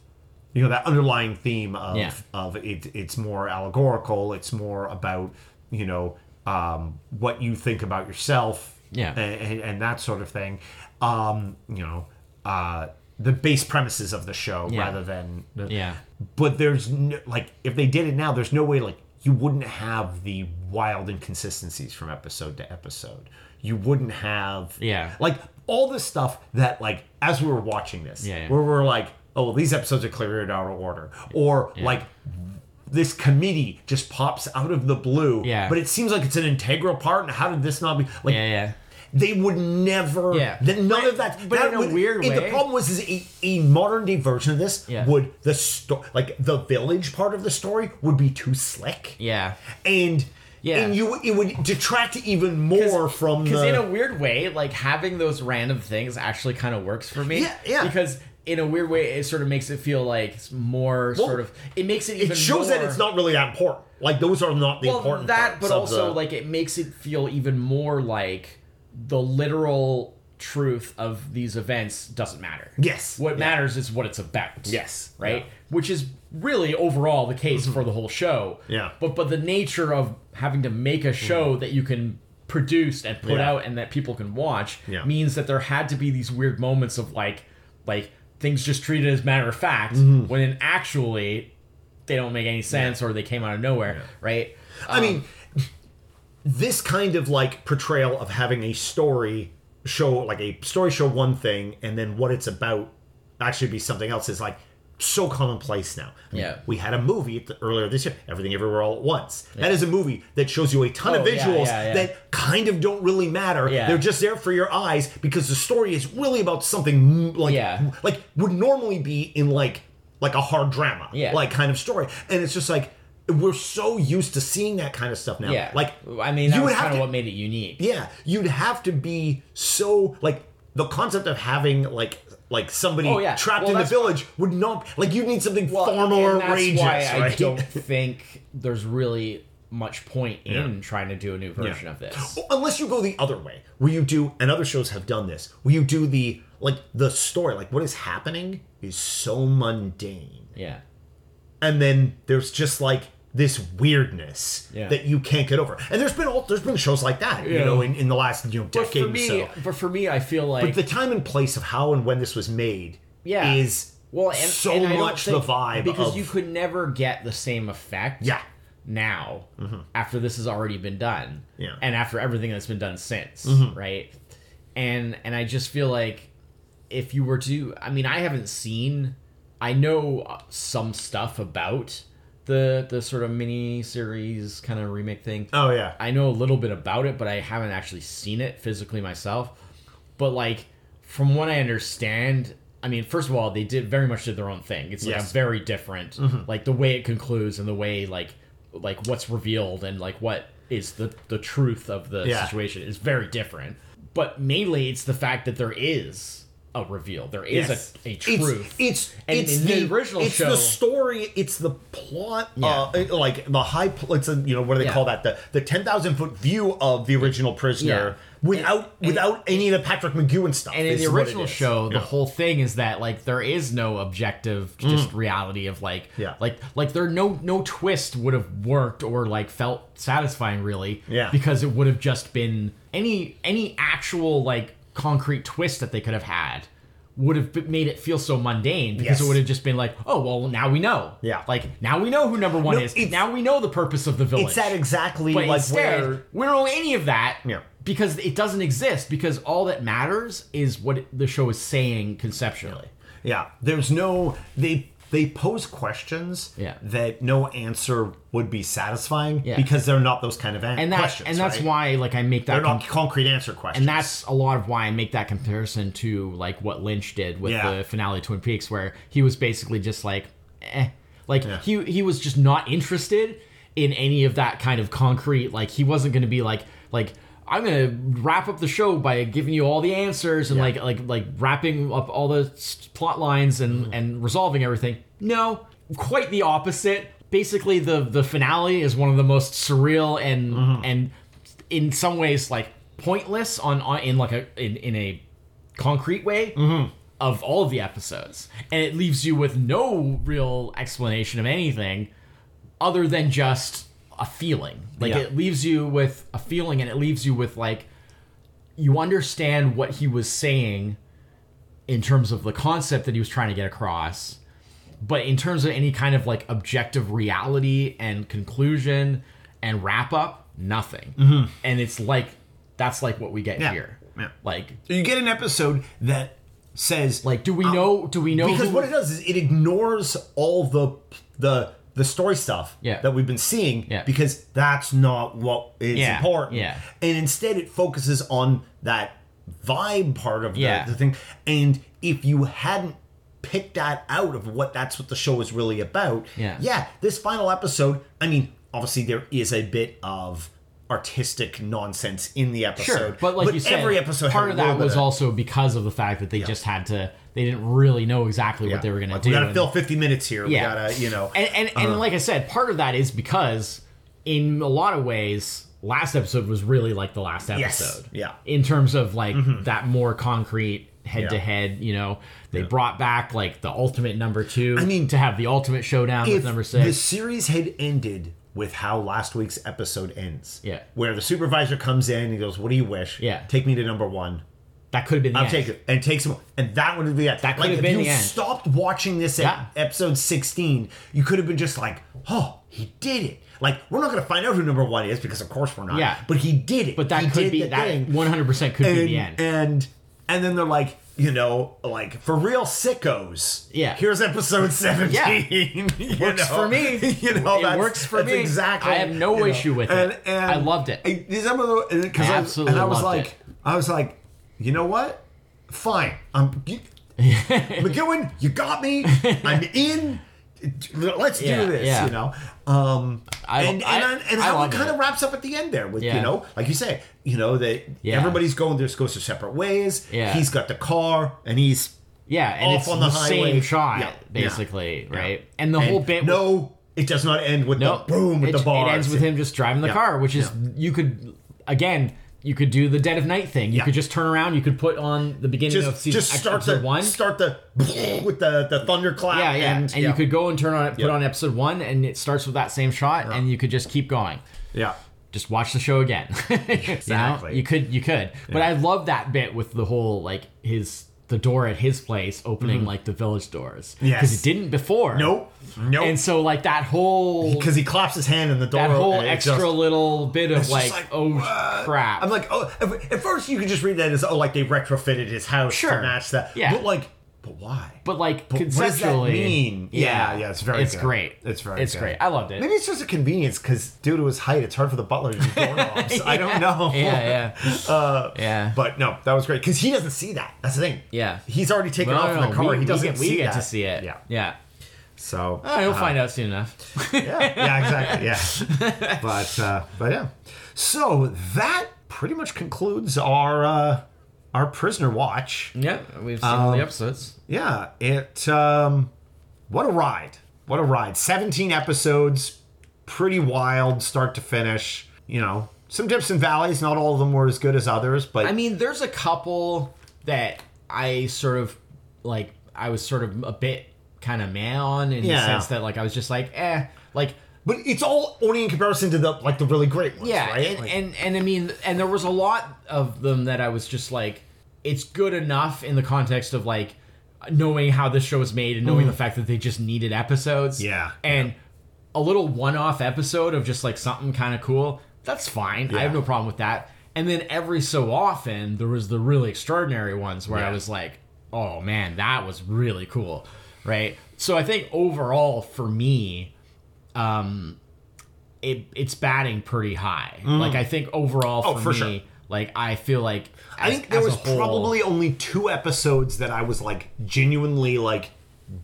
S1: you know that underlying theme of
S3: Yeah.
S1: of it it's more allegorical it's more about you know um what you think about yourself
S3: Yeah.
S1: a- and, and that sort of thing um you know uh the base premises of the show
S3: Yeah.
S1: rather than
S3: Yeah.
S1: but there's no, like if they did it now there's no way like you wouldn't have the wild inconsistencies from episode to episode you wouldn't have
S3: Yeah.
S1: like all the stuff that like as we were watching this
S3: Yeah, yeah.
S1: where we're like oh well, these episodes are cleared out of order or like this committee just pops out of the blue
S3: Yeah.
S1: but it seems like it's an integral part and how did this not be like
S3: Yeah, yeah.
S1: they would never.
S3: Yeah.
S1: Then none of that.
S3: but
S1: that
S3: in a
S1: would-
S3: weird
S1: it- The
S3: way-
S1: problem was is a, a modern day version of this
S3: Yeah.
S1: would the sto- like the village part of the story would be too slick.
S3: Yeah.
S1: And
S3: Yeah.
S1: and you it would detract even more from
S2: Because
S1: the.
S2: in a weird way, like having those random things actually kind of works for me.
S1: Yeah, yeah.
S2: Because in a weird way, it sort of makes it feel like it's more
S1: Well,
S2: sort of. It makes it even.
S1: it shows that
S2: more-
S1: it's not really that important. Like those are not the
S2: well
S1: important.
S2: that,
S1: parts
S2: but
S1: of
S2: also
S1: the-
S2: like it makes it feel even more like the literal truth of these events doesn't matter.
S1: Yes.
S2: What
S1: Yeah.
S2: matters is what it's about.
S1: Yes.
S2: Right?
S1: Yeah. Mm-hmm.
S2: Which is really overall the case for the whole show.
S1: Yeah. Mm-hmm.
S2: But but the nature of having to make a show that you can produce and put
S1: Yeah.
S2: out and that people can watch
S1: Yeah.
S2: means that there had to be these weird moments of like like things just treated as matter of fact
S1: Mm-hmm.
S2: when in actually they don't make any sense or they came out of nowhere, right?
S1: I mean,
S2: Um,
S1: this kind of like portrayal of having a story show, like a story show one thing, and then what it's about actually be something else is like so commonplace now. I mean,
S2: Yeah.
S1: We had a movie at the- earlier this year, Everything Everywhere All at Once. That is a movie that shows you a ton of
S2: Oh, yeah,
S1: visuals
S2: yeah, yeah.
S1: that kind of don't really matter.
S2: Yeah.
S1: They're just there for your eyes because the story is really about something m- like
S2: Yeah.
S1: like would normally be in like like a hard drama
S2: Yeah.
S1: like kind of story and it's just like we're so used to seeing that kind of stuff now
S2: Yeah.
S1: like
S2: I mean, that
S1: you
S2: was
S1: would have
S2: kind of
S1: to-
S2: what made it unique.
S1: yeah you'd have to be so like the concept of having like like somebody
S2: Oh, yeah.
S1: trapped
S2: Well,
S1: in the
S2: that's-
S1: village would not like you need something far
S2: and
S1: more
S2: that's
S1: outrageous
S2: why I
S1: right?
S2: don't think there's really much point in trying to do a new version of this.
S1: unless you go the other way where you do and other shows have done this where you do the like the story like what is happening is so mundane
S2: Yeah.
S1: and then there's just like this weirdness
S2: Yeah.
S1: that you can't get over. And there's been all, there's been shows like that, you
S2: Yeah.
S1: know, in, in the last you know
S2: But
S1: decade
S2: for me,
S1: or so.
S2: but for me, I feel like
S1: But the time and place of how and when this was made
S2: yeah
S1: is
S2: well and,
S1: so
S2: and I don't
S1: much the
S2: think-
S1: vibe
S2: because
S1: of-
S2: you could never get the same effect.
S1: Yeah. Mm-hmm.
S2: Now, after this has already been done,
S1: Yeah. Mm-hmm.
S2: and after everything that's been done since, right? And and I just feel like if you were to i mean i haven't seen i know some stuff about the the sort of mini series kind of remake thing
S1: oh yeah,
S2: i know a little bit about it but i haven't actually seen it physically myself but like from what i understand i mean first of all they did very much did their own thing it's like
S1: Yes. Mm-hmm.
S2: a very different like the way it concludes and the way like like what's revealed and like what is the the truth of the
S1: Yeah.
S2: situation is very different but mainly it's the fact that there is a reveal there is
S1: Yes.
S2: a, a
S1: it's
S2: truth
S1: it's
S2: And
S1: it's
S2: in the original
S1: it's
S2: show-
S1: the story, it's the plot, uh, it- like the high, pl- it's a, you know what do they
S2: Yeah.
S1: call that the the ten thousand foot view of the original prisoner without without any of the Patrick McGowan stuff.
S2: and in
S1: is
S2: the
S1: what it
S2: original
S1: is.
S2: show the
S1: Yeah. Mm.
S2: whole thing is that like there is no objective just reality of like
S1: Yeah.
S2: like like there no no twist would have worked or like felt satisfying really
S1: Yeah.
S2: because it would have just been any any actual like concrete twist that they could have had would have b- made it feel so mundane because
S1: Yes.
S2: it would have just been like oh well now we know
S1: Yeah.
S2: like now we know who number one
S1: No,
S2: is
S1: it's-
S2: now we know the purpose of the village
S1: it's at exactly
S2: but
S1: like
S2: instead,
S1: where
S2: we don't know any of that
S1: Yeah.
S2: because it doesn't exist. Because all that matters is what the show is saying conceptually.
S1: Yeah, there's no they they pose questions
S2: Yeah.
S1: that no answer would be satisfying
S2: Yeah.
S1: because they're not those kind of an-
S2: And that's
S1: questions.
S2: and that's
S1: right?
S2: why like I make that
S1: they're not
S2: com-
S1: concrete answer questions.
S2: and that's a lot of why I make that comparison to like what Lynch did with
S1: Yeah.
S2: the finale of Twin Peaks, where he was basically just like, eh. Like
S1: Yeah.
S2: he he was just not interested in any of that kind of concrete. Like he wasn't going to be like like I'm going to wrap up the show by giving you all the answers and like like like wrapping up all the s- plot lines and
S1: Mm-hmm.
S2: and resolving everything. No, quite the opposite. Basically, the the finale is one of the most surreal and
S1: Mm-hmm.
S2: and in some ways like pointless on, on in like a in, in a concrete way of all of the episodes and it leaves you with no real explanation of anything other than just a feeling like
S1: Yeah.
S2: it leaves you with a feeling and it leaves you with like you understand what he was saying in terms of the concept that he was trying to get across but in terms of any kind of like objective reality and conclusion and wrap up nothing and it's like that's like what we get
S1: Mm-hmm. Yeah.
S2: here
S1: Yeah.
S2: like
S1: So you get an episode that says
S2: like do we know do we know
S1: Oh, because
S2: who-
S1: what it does is it ignores all the the the story stuff
S2: Yeah.
S1: that we've been seeing
S2: Yeah.
S1: because that's not what is
S2: Yeah,
S1: important.
S2: yeah.
S1: And instead it focuses on that vibe part of the,
S2: Yeah.
S1: the thing. And if you hadn't picked that out of what that's what the show is really about,
S2: Yeah.
S1: yeah, this final episode, I mean, obviously there is a bit of artistic nonsense in the episode.
S2: Sure, but like you said,
S1: every episode had
S2: part
S1: a
S2: of
S1: little
S2: that
S1: bit
S2: was also because of the fact that they just had to. They didn't really know exactly
S1: yeah,
S2: what they were going to
S1: like,
S2: do.
S1: We gotta
S2: and-
S1: fill fifty minutes here.
S2: Yeah.
S1: We gotta, you know. uh-huh.
S2: and and, and like I said, part of that is because in a lot of ways, last episode was really like the last episode.
S1: Yes. Yeah. Mm-hmm.
S2: In terms of like that more concrete head to head, you know, they brought back like the ultimate number two. I
S1: mean,
S2: to have the ultimate showdown with
S1: if
S2: number six.
S1: The series had ended with how last week's episode ends.
S2: Yeah.
S1: Where the supervisor comes in and goes, What do you wish?
S2: Yeah.
S1: Take me to number one.
S2: that could have been the
S1: I'll
S2: end.
S1: take it. And takes him and that would be it. That
S2: could
S1: like
S2: have
S1: if
S2: been
S1: you
S2: the end.
S1: stopped watching this at
S2: Yeah.
S1: episode sixteen, you could have been just like, Oh, he did it. Like, we're not gonna find out who number one is because of course we're not.
S2: Yeah.
S1: But he did it.
S2: But that
S1: He
S2: could
S1: did
S2: be
S1: the
S2: that
S1: thing.
S2: one hundred percent could be
S1: and,
S2: the end.
S1: and and then they're like, you know, like for real sickos.
S2: Yeah.
S1: Here's episode seventeen. you
S2: Works
S1: know?
S2: for me.
S1: You know,
S2: It
S1: that's-
S2: works for
S1: that's
S2: me.
S1: Exactly.
S2: I have no
S1: you
S2: issue with it. I loved it.
S1: I, is that one of the- and, 'cause
S2: I
S1: I,
S2: absolutely
S1: and I was
S2: loved
S1: like,
S2: it.
S1: I was like, you know what? Fine. I'm you, McGowan. You got me. I'm in. Let's
S2: Yeah,
S1: do this.
S2: yeah.
S1: You know. Um,
S2: I-
S1: and and,
S2: I-
S1: and, and
S2: I
S1: how it
S2: loved
S1: kind
S2: it.
S1: of wraps up at the end there with
S2: Yeah.
S1: you know, like you say, you know that
S2: Yeah.
S1: everybody's going their goes their separate ways.
S2: Yeah.
S1: He's got the car and he's
S2: Yeah, and
S1: off
S2: it's
S1: on
S2: the,
S1: the
S2: same
S1: highway.
S2: shot,
S1: Yeah,
S2: basically,
S1: yeah,
S2: right? And the
S1: and
S2: whole bit.
S1: No, it does not end with
S2: no,
S1: the boom with
S2: it,
S1: the bar.
S2: It ends with him just driving the
S1: Yeah,
S2: car, which is you could again, you could do the dead of night thing. You
S1: Yeah.
S2: could just turn around. You could put on the beginning of
S1: Just
S2: season
S1: just start
S2: episode
S1: the
S2: one.
S1: start the with the the thunderclap.
S2: yeah, yeah, and,
S1: and, yeah.
S2: you could go and turn on it, put
S1: Yeah.
S2: on episode one, and it starts with that same shot, and you could just keep going.
S1: yeah.
S2: Just watch the show again. exactly. You,
S1: Exactly.
S2: could, you could. But I love that bit with the whole like his the door at his place opening like the village doors.
S1: Mm-hmm. Yes.
S2: Because it didn't before.
S1: Nope, nope.
S2: And so like that whole
S1: because he claps his hand in the door.
S2: that whole
S1: and it
S2: extra
S1: just-
S2: little bit of
S1: it's
S2: like,
S1: just
S2: oh
S1: what?
S2: crap.
S1: I'm like, oh, at- at first you could just read that as oh, like they retrofitted his house
S2: Sure.
S1: to match that.
S2: Yeah.
S1: but like, but why?
S2: but like
S1: what does that
S2: conceptually,
S1: mean? Yeah, yeah, it's very
S2: it's
S1: good.
S2: great.
S1: It's very
S2: it's
S1: good.
S2: great. I loved it.
S1: Maybe it's just a convenience because due to his height, it's hard for the butler to do doorknobs. I don't know.
S2: yeah, yeah,
S1: Uh,
S2: yeah.
S1: But no, that was great because he doesn't see that. That's the thing.
S2: Yeah.
S1: He's already taken
S2: Well,
S1: off
S2: no,
S1: in the
S2: no,
S1: car.
S2: we,
S1: he doesn't
S2: we get, we
S1: see
S2: get
S1: that.
S2: to see it.
S1: Yeah.
S2: yeah.
S1: So.
S2: Oh, you'll
S1: uh,
S2: find out soon enough.
S1: Yeah. Yeah. Exactly. Yeah. but uh, but yeah. So that pretty much concludes our uh, our prisoner watch.
S4: Yeah, we've seen
S2: Um,
S4: all the episodes.
S1: Yeah. It. Um, what a ride. What a ride. Seventeen episodes. Pretty wild, start to finish. You know, some dips and valleys. Not all of them were as good as others, but
S2: I mean, there's a couple that I sort of like. I was sort of a bit kind of meh on in the
S1: Yeah.
S2: sense that like I was just like, eh, like
S1: But it's all only in comparison to the like the really great ones,
S2: yeah
S1: right?
S2: and,
S1: Like-
S2: and and i mean and there was a lot of them that i was just like it's good enough in the context of like knowing how this show was made and knowing the fact that they just needed episodes
S1: Mm-hmm. Yeah,
S2: and a little one-off episode of just like something kind of cool that's fine i have no problem with that and then every so often there was the really extraordinary ones where i
S1: Yeah.
S2: was like oh man that was really cool right so i think overall for me it it's batting pretty high. Like I think overall for,
S1: Mm. Oh, for
S2: me,
S1: sure.
S2: like I feel like
S1: I
S2: as-
S1: think there
S2: as a
S1: was
S2: whole-
S1: probably only two episodes that I was like genuinely like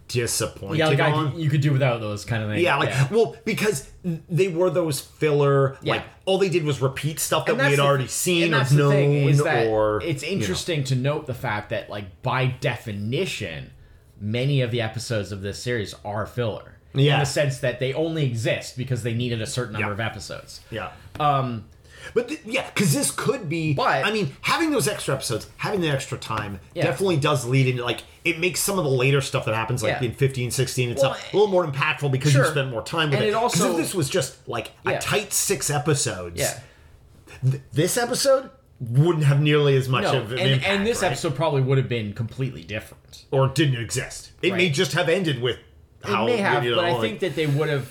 S1: disappointed
S2: Yeah, like I,
S1: on.
S2: you could do without those kind of things.
S1: yeah, like well, because they were those filler. Like
S2: Yeah.
S1: all they did was repeat stuff that
S2: And
S1: we had
S2: that's the-
S1: already seen
S2: and
S1: or
S2: that's the thing,
S1: known,
S2: is that
S1: or
S2: it's
S1: you know.
S2: interesting to note the fact that like by definition many of the episodes of this series are filler in
S1: Yeah.
S2: the sense that they only exist because they needed a certain number
S1: Yeah.
S2: of episodes
S1: Yeah. Um, but th- yeah, because this could be.
S2: But-
S1: I mean, having those extra episodes, having the extra time,
S2: Yeah.
S1: definitely does lead into like it makes some of the later stuff that happens, like
S2: Yeah.
S1: in 15, 16, and
S2: Well,
S1: stuff, a little more impactful because
S2: sure.
S1: you spent more time with
S2: And
S1: it.
S2: it
S1: 'Cause
S2: also-
S1: if this was just like
S2: Yeah.
S1: a tight six episodes,
S2: yeah
S1: th- this episode wouldn't have nearly as much
S2: no,
S1: of
S2: and,
S1: an impact,
S2: and this
S1: right?
S2: episode probably would have been completely different
S1: or didn't exist. It may
S2: Right.
S1: just have ended with how
S2: it may have,
S1: you know,
S2: but I
S1: like-
S2: think that they would have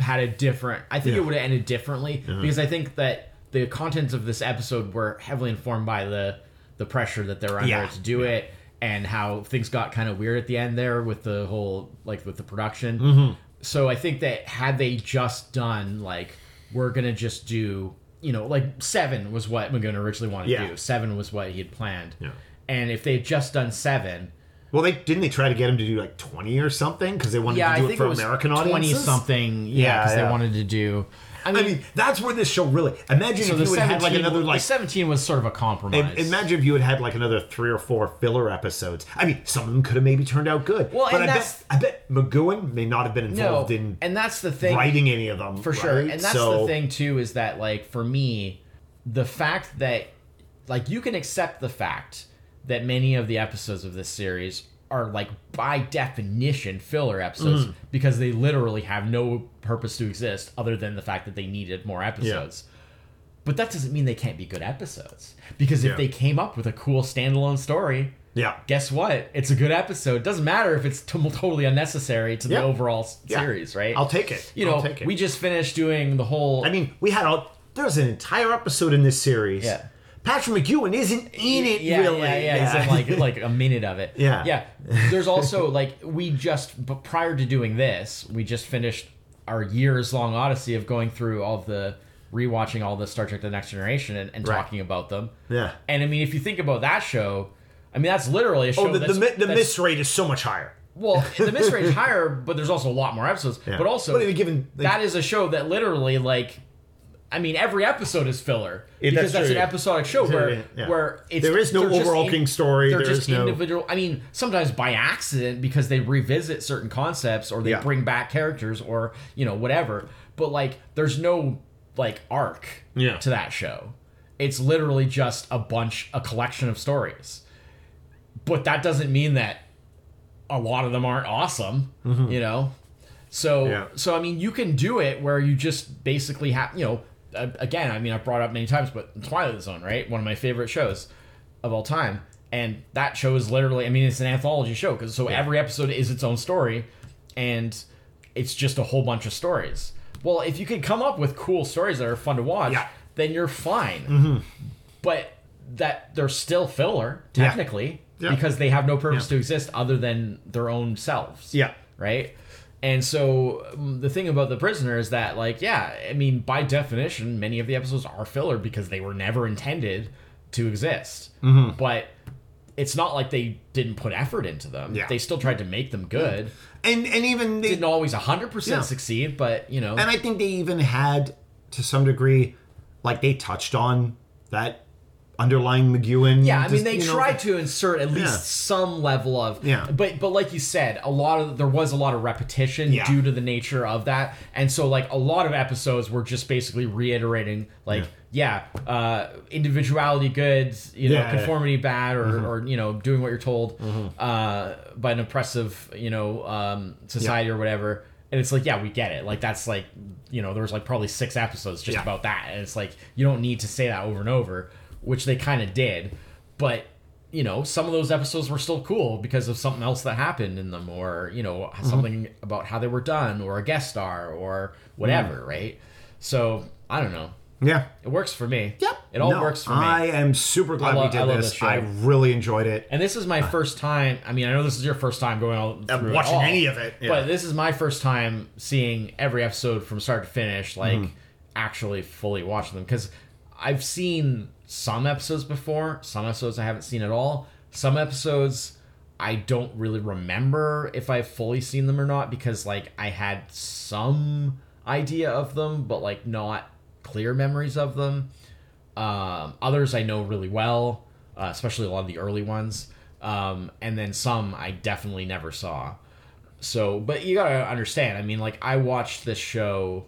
S2: had a different. I think it would have ended differently
S1: Uh-huh.
S2: because I think that the contents of this episode were heavily informed by the the pressure that they're under
S1: Yeah,
S2: to do it and how things got kind of weird at the end there with the whole like with the production.
S1: Mm-hmm.
S2: So I think that had they just done like we're gonna just do you know like seven was what Magoon originally wanted
S1: Yeah.
S2: to do. Seven was what he had planned.
S1: Yeah.
S2: And if they had just done seven,
S1: Well, they didn't they try to get him to do like twenty or something because they wanted
S2: yeah,
S1: to do
S2: I
S1: it
S2: think
S1: for
S2: it was
S1: American
S2: twenty
S1: audiences.
S2: something. Yeah,
S1: Yeah,
S2: because
S1: yeah.
S2: they wanted to do. I mean,
S1: I mean, that's where this show really. Imagine
S2: so
S1: if
S2: the
S1: you had had
S2: seventeen,
S1: like another
S2: the
S1: like.
S2: seventeen was sort of a compromise.
S1: Imagine if you had had like another three or four filler episodes. I mean, some of them could have maybe turned out good.
S2: Well,
S1: but
S2: and
S1: I
S2: that's-
S1: bet I bet McGowan may not have been
S2: no,
S1: involved in
S2: and that's the thing
S1: writing any of them
S2: for sure.
S1: right?
S2: And that's
S1: So-
S2: the thing too is that like for me, the fact that like you can accept the fact that many of the episodes of this series are like by definition filler episodes
S1: Mm-hmm.
S2: because they literally have no purpose to exist other than the fact that they needed more episodes. But that doesn't mean they can't be good episodes because if
S1: Yeah.
S2: they came up with a cool standalone story,
S1: Yeah,
S2: guess what? It's a good episode. Doesn't matter if it's t- totally unnecessary to
S1: Yeah.
S2: the overall s-
S1: Yeah.
S2: series, right?
S1: I'll take it.
S2: you know,
S1: I'll take it.
S2: we just finished doing the whole.
S1: I mean, we had a there's an entire episode in this series.
S2: Yeah.
S1: Patrick McEwen isn't in it
S2: yeah,
S1: really.
S2: yeah, yeah, He's in like like a minute of it.
S1: Yeah.
S2: yeah. There's also like we just but prior to doing this, we just finished our years long odyssey of going through all the rewatching all the Star Trek: The Next Generation and, and
S1: Right.
S2: talking about them.
S1: Yeah.
S2: and I mean, if you think about that show, I mean that's literally a show.
S1: oh, the, the,
S2: that's,
S1: mi- the
S2: that's-
S1: miss rate is so much higher.
S2: Well, the miss rate is higher, but there's also a lot more episodes.
S1: Yeah.
S2: But also,
S1: But in a given-
S2: that is a show that literally, like, I mean, every episode is filler
S1: Yeah,
S2: because
S1: that's
S2: that's,
S1: true.
S2: an episodic show
S1: Yeah,
S2: where
S1: yeah.
S2: where it's,
S1: There is no
S2: they're just
S1: overarching story,
S2: They're
S1: there
S2: just
S1: is no-
S2: individual. I mean, sometimes by accident because they revisit certain concepts or they
S1: Yeah.
S2: bring back characters or you know whatever. But like, there's no like arc
S1: Yeah.
S2: to that show. It's literally just a bunch, a collection of stories. But that doesn't mean that a lot of them aren't awesome, you know. So
S1: Mm-hmm. Yeah.
S2: so I mean, you can do it where you just basically have you know. a- Again, I mean, I've brought up many times, but Twilight Zone, right? One of my favorite shows of all time, and that show is literally, I mean, it's an anthology show because so every episode is its own story, and it's just a whole bunch of stories. Well, if you could come up with cool stories that are fun to watch,
S1: Yeah. Mm-hmm.
S2: then you're fine. But that they're still filler
S1: Yeah.
S2: technically
S1: Yeah.
S2: because they have no purpose
S1: Yeah.
S2: to exist other than their own selves.
S1: Yeah.
S2: Right. And so um, the thing about the prisoner is that, like, yeah, I mean, by definition, many of the episodes are filler because they were never intended to exist.
S1: Mm-hmm.
S2: But it's not like they didn't put effort into them.
S1: Yeah.
S2: They still tried to make them good.
S1: And and even they,
S2: Didn't always 100%
S1: Yeah.
S2: succeed, but, you know.
S1: and I think they even had to some degree, like they touched on that underlying McEwen.
S2: Yeah, I mean
S1: just,
S2: they
S1: you know,
S2: tried to insert at least
S1: Yeah.
S2: some level of
S1: Yeah.
S2: But but like you said, a lot of there was a lot of repetition
S1: Yeah.
S2: due to the nature of that, and so like a lot of episodes were just basically reiterating like yeah, uh, individuality good, you know,
S1: Yeah, yeah. Mm-hmm.
S2: conformity bad, or or you know doing what you're told uh, by an oppressive you know um, society or whatever. And it's like, yeah, we get it. Like that's like, you know, there was like probably six episodes just
S1: Yeah.
S2: about that. And it's like you don't need to say that over and over, which they kind of did. But you know, some of those episodes were still cool because of something else that happened in them, or you know,
S1: Mm-hmm.
S2: something about how they were done, or a guest star, or whatever,
S1: Mm.
S2: right? So I don't know.
S1: yeah.
S2: It works for me.
S1: Yep.
S2: It all
S1: No,
S2: works for
S1: I
S2: me.
S1: am super glad
S2: I lo-
S1: we did
S2: I love
S1: this.
S2: this show.
S1: I really enjoyed it.
S2: And this is my first time. I mean, I know this is your first time going all through it
S1: Ah. watching
S2: all,
S1: any of it, yeah.
S2: but this is my first time seeing every episode from start to finish,
S1: Mm-hmm.
S2: like actually fully watching them. Because I've seen some episodes before, some episodes I haven't seen at all. Some episodes I don't really remember if I've fully seen them or not because like I had some idea of them, but like not clear memories of them. Um, others I know really well, uh, especially a lot of the early ones, um, and then some I definitely never saw. So, but you gotta understand. I mean, like I watched this show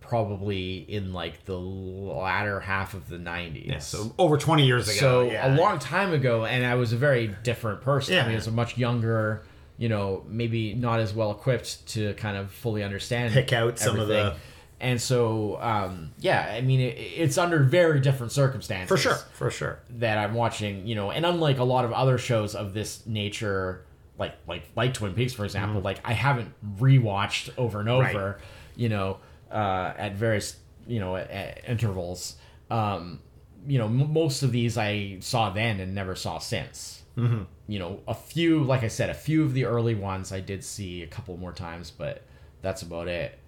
S2: probably in like the latter half of the '90s.
S1: Yeah, so over 20 years ago.
S2: So
S1: yeah.
S2: a long time ago, and I was a very different person. I mean,
S1: Yeah.
S2: I was a much younger, you know, maybe not as well equipped to kind of fully understand,
S1: Pick out some of the-
S2: and so um, yeah, I mean, it, it's under very different circumstances
S1: For sure. For sure.
S2: that I'm watching, you know, and unlike a lot of other shows of this nature, like like like Twin Peaks, for example, like I haven't rewatched over and over, you know, uh, at various you know at, at intervals. Um, you know, m- most of these I saw then and never saw since. Mm-hmm. You know, a few, like I said, a few of the early ones I did see a couple more times, but that's about it.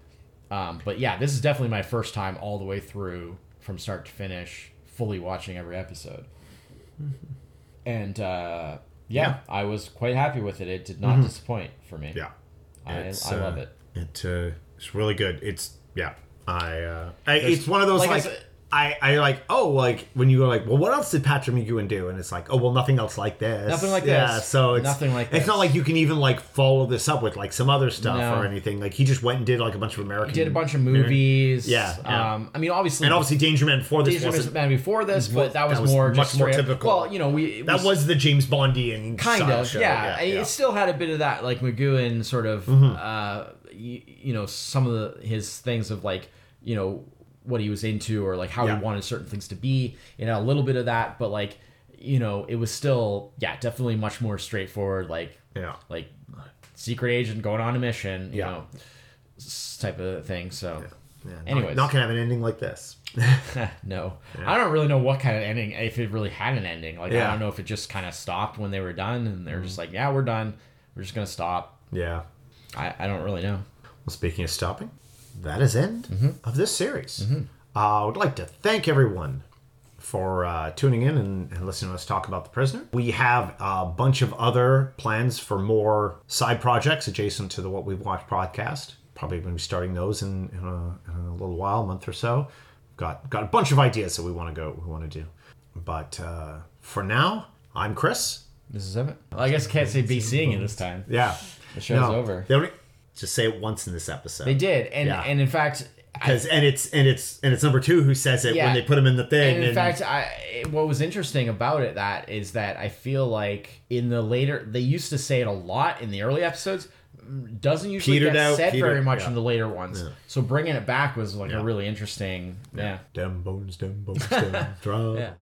S2: Um, but yeah, this is definitely my first time all the way through from start to finish, fully watching every episode.
S1: Mm-hmm.
S2: And uh, yeah, I was quite happy with it. It did not disappoint for me.
S1: Mm-hmm. Yeah.
S2: I, I
S1: It's,
S2: love
S1: uh,
S2: it.
S1: It uh, it's really good. It's yeah. I, uh, I
S2: There's-
S1: it's one of those
S2: like I
S1: like,
S2: said-
S1: I, I like oh like when you go like well what else did Patrick McGowan do and it's like oh well nothing else like this
S2: Nothing like
S1: yeah,
S2: this.
S1: so it's
S2: Nothing like
S1: it's
S2: this.
S1: not like you can even like follow this up with like some other stuff
S2: No.
S1: or anything like he just went and did like a bunch of American
S2: He did a bunch of movies.
S1: mm-hmm. Yeah, yeah.
S2: Um, I mean, obviously,
S1: and obviously Danger Man before this
S2: Danger
S1: wasn't,
S2: Man before this, but that was,
S1: that was
S2: more
S1: much
S2: just
S1: more
S2: straight-
S1: typical.
S2: Well, you know, we
S1: that
S2: we
S1: was the James Bondian
S2: kind
S1: style
S2: of
S1: show.
S2: yeah.
S1: yeah,
S2: It
S1: yeah. Mm-hmm.
S2: still had a bit of that like McGowan sort of uh you, you know some of the, his things of like you know what he was into or like how
S1: Yeah.
S2: he wanted certain things to be you know a little bit of that but like you know it was still yeah definitely much more straightforward like
S1: Yeah.
S2: like secret agent going on a mission you
S1: Yeah.
S2: know s- type of thing so
S1: Yeah, not-
S2: anyways.
S1: not gonna have an ending like this
S2: no, I don't really know what kind of ending if it really had an ending. Like I
S1: Yeah. Mm-hmm.
S2: don't know if it just kind of stopped when they were done and they're just like, yeah, we're done. We're just gonna stop.
S1: yeah.
S2: I, I don't really know.
S1: Well, speaking of stopping, that is end
S2: Mm-hmm.
S1: of this series. Uh, I would like to thank everyone for uh, tuning in and, and listening to us talk about The Prisoner. We have a bunch of other plans for more side projects adjacent to the What We've Watched podcast. Probably going to be starting those in, in, a, in a little while, a month or so. Got got a bunch of ideas that we want to go, we want to do. But uh, for now, I'm Chris.
S2: This is it. Well, I guess I can't say be seeing it this time.
S1: Yeah,
S2: The show's over.
S1: They only- just say it once in this episode.
S2: They did, and
S1: Yeah.
S2: and in fact, I,
S1: Because and it's and it's and it's number two who says it
S2: Yeah.
S1: when they put him in the thing.
S2: and in fact, I what was interesting about it that is that I feel like in the later they used to say it a lot in the early episodes. Doesn't usually
S1: Petered
S2: get
S1: out,
S2: said
S1: petered-
S2: very much
S1: yeah.
S2: in the later ones. So bringing it back was like a really interesting. yeah.
S1: Dem bones, dem bones, dem drum.
S2: Yeah.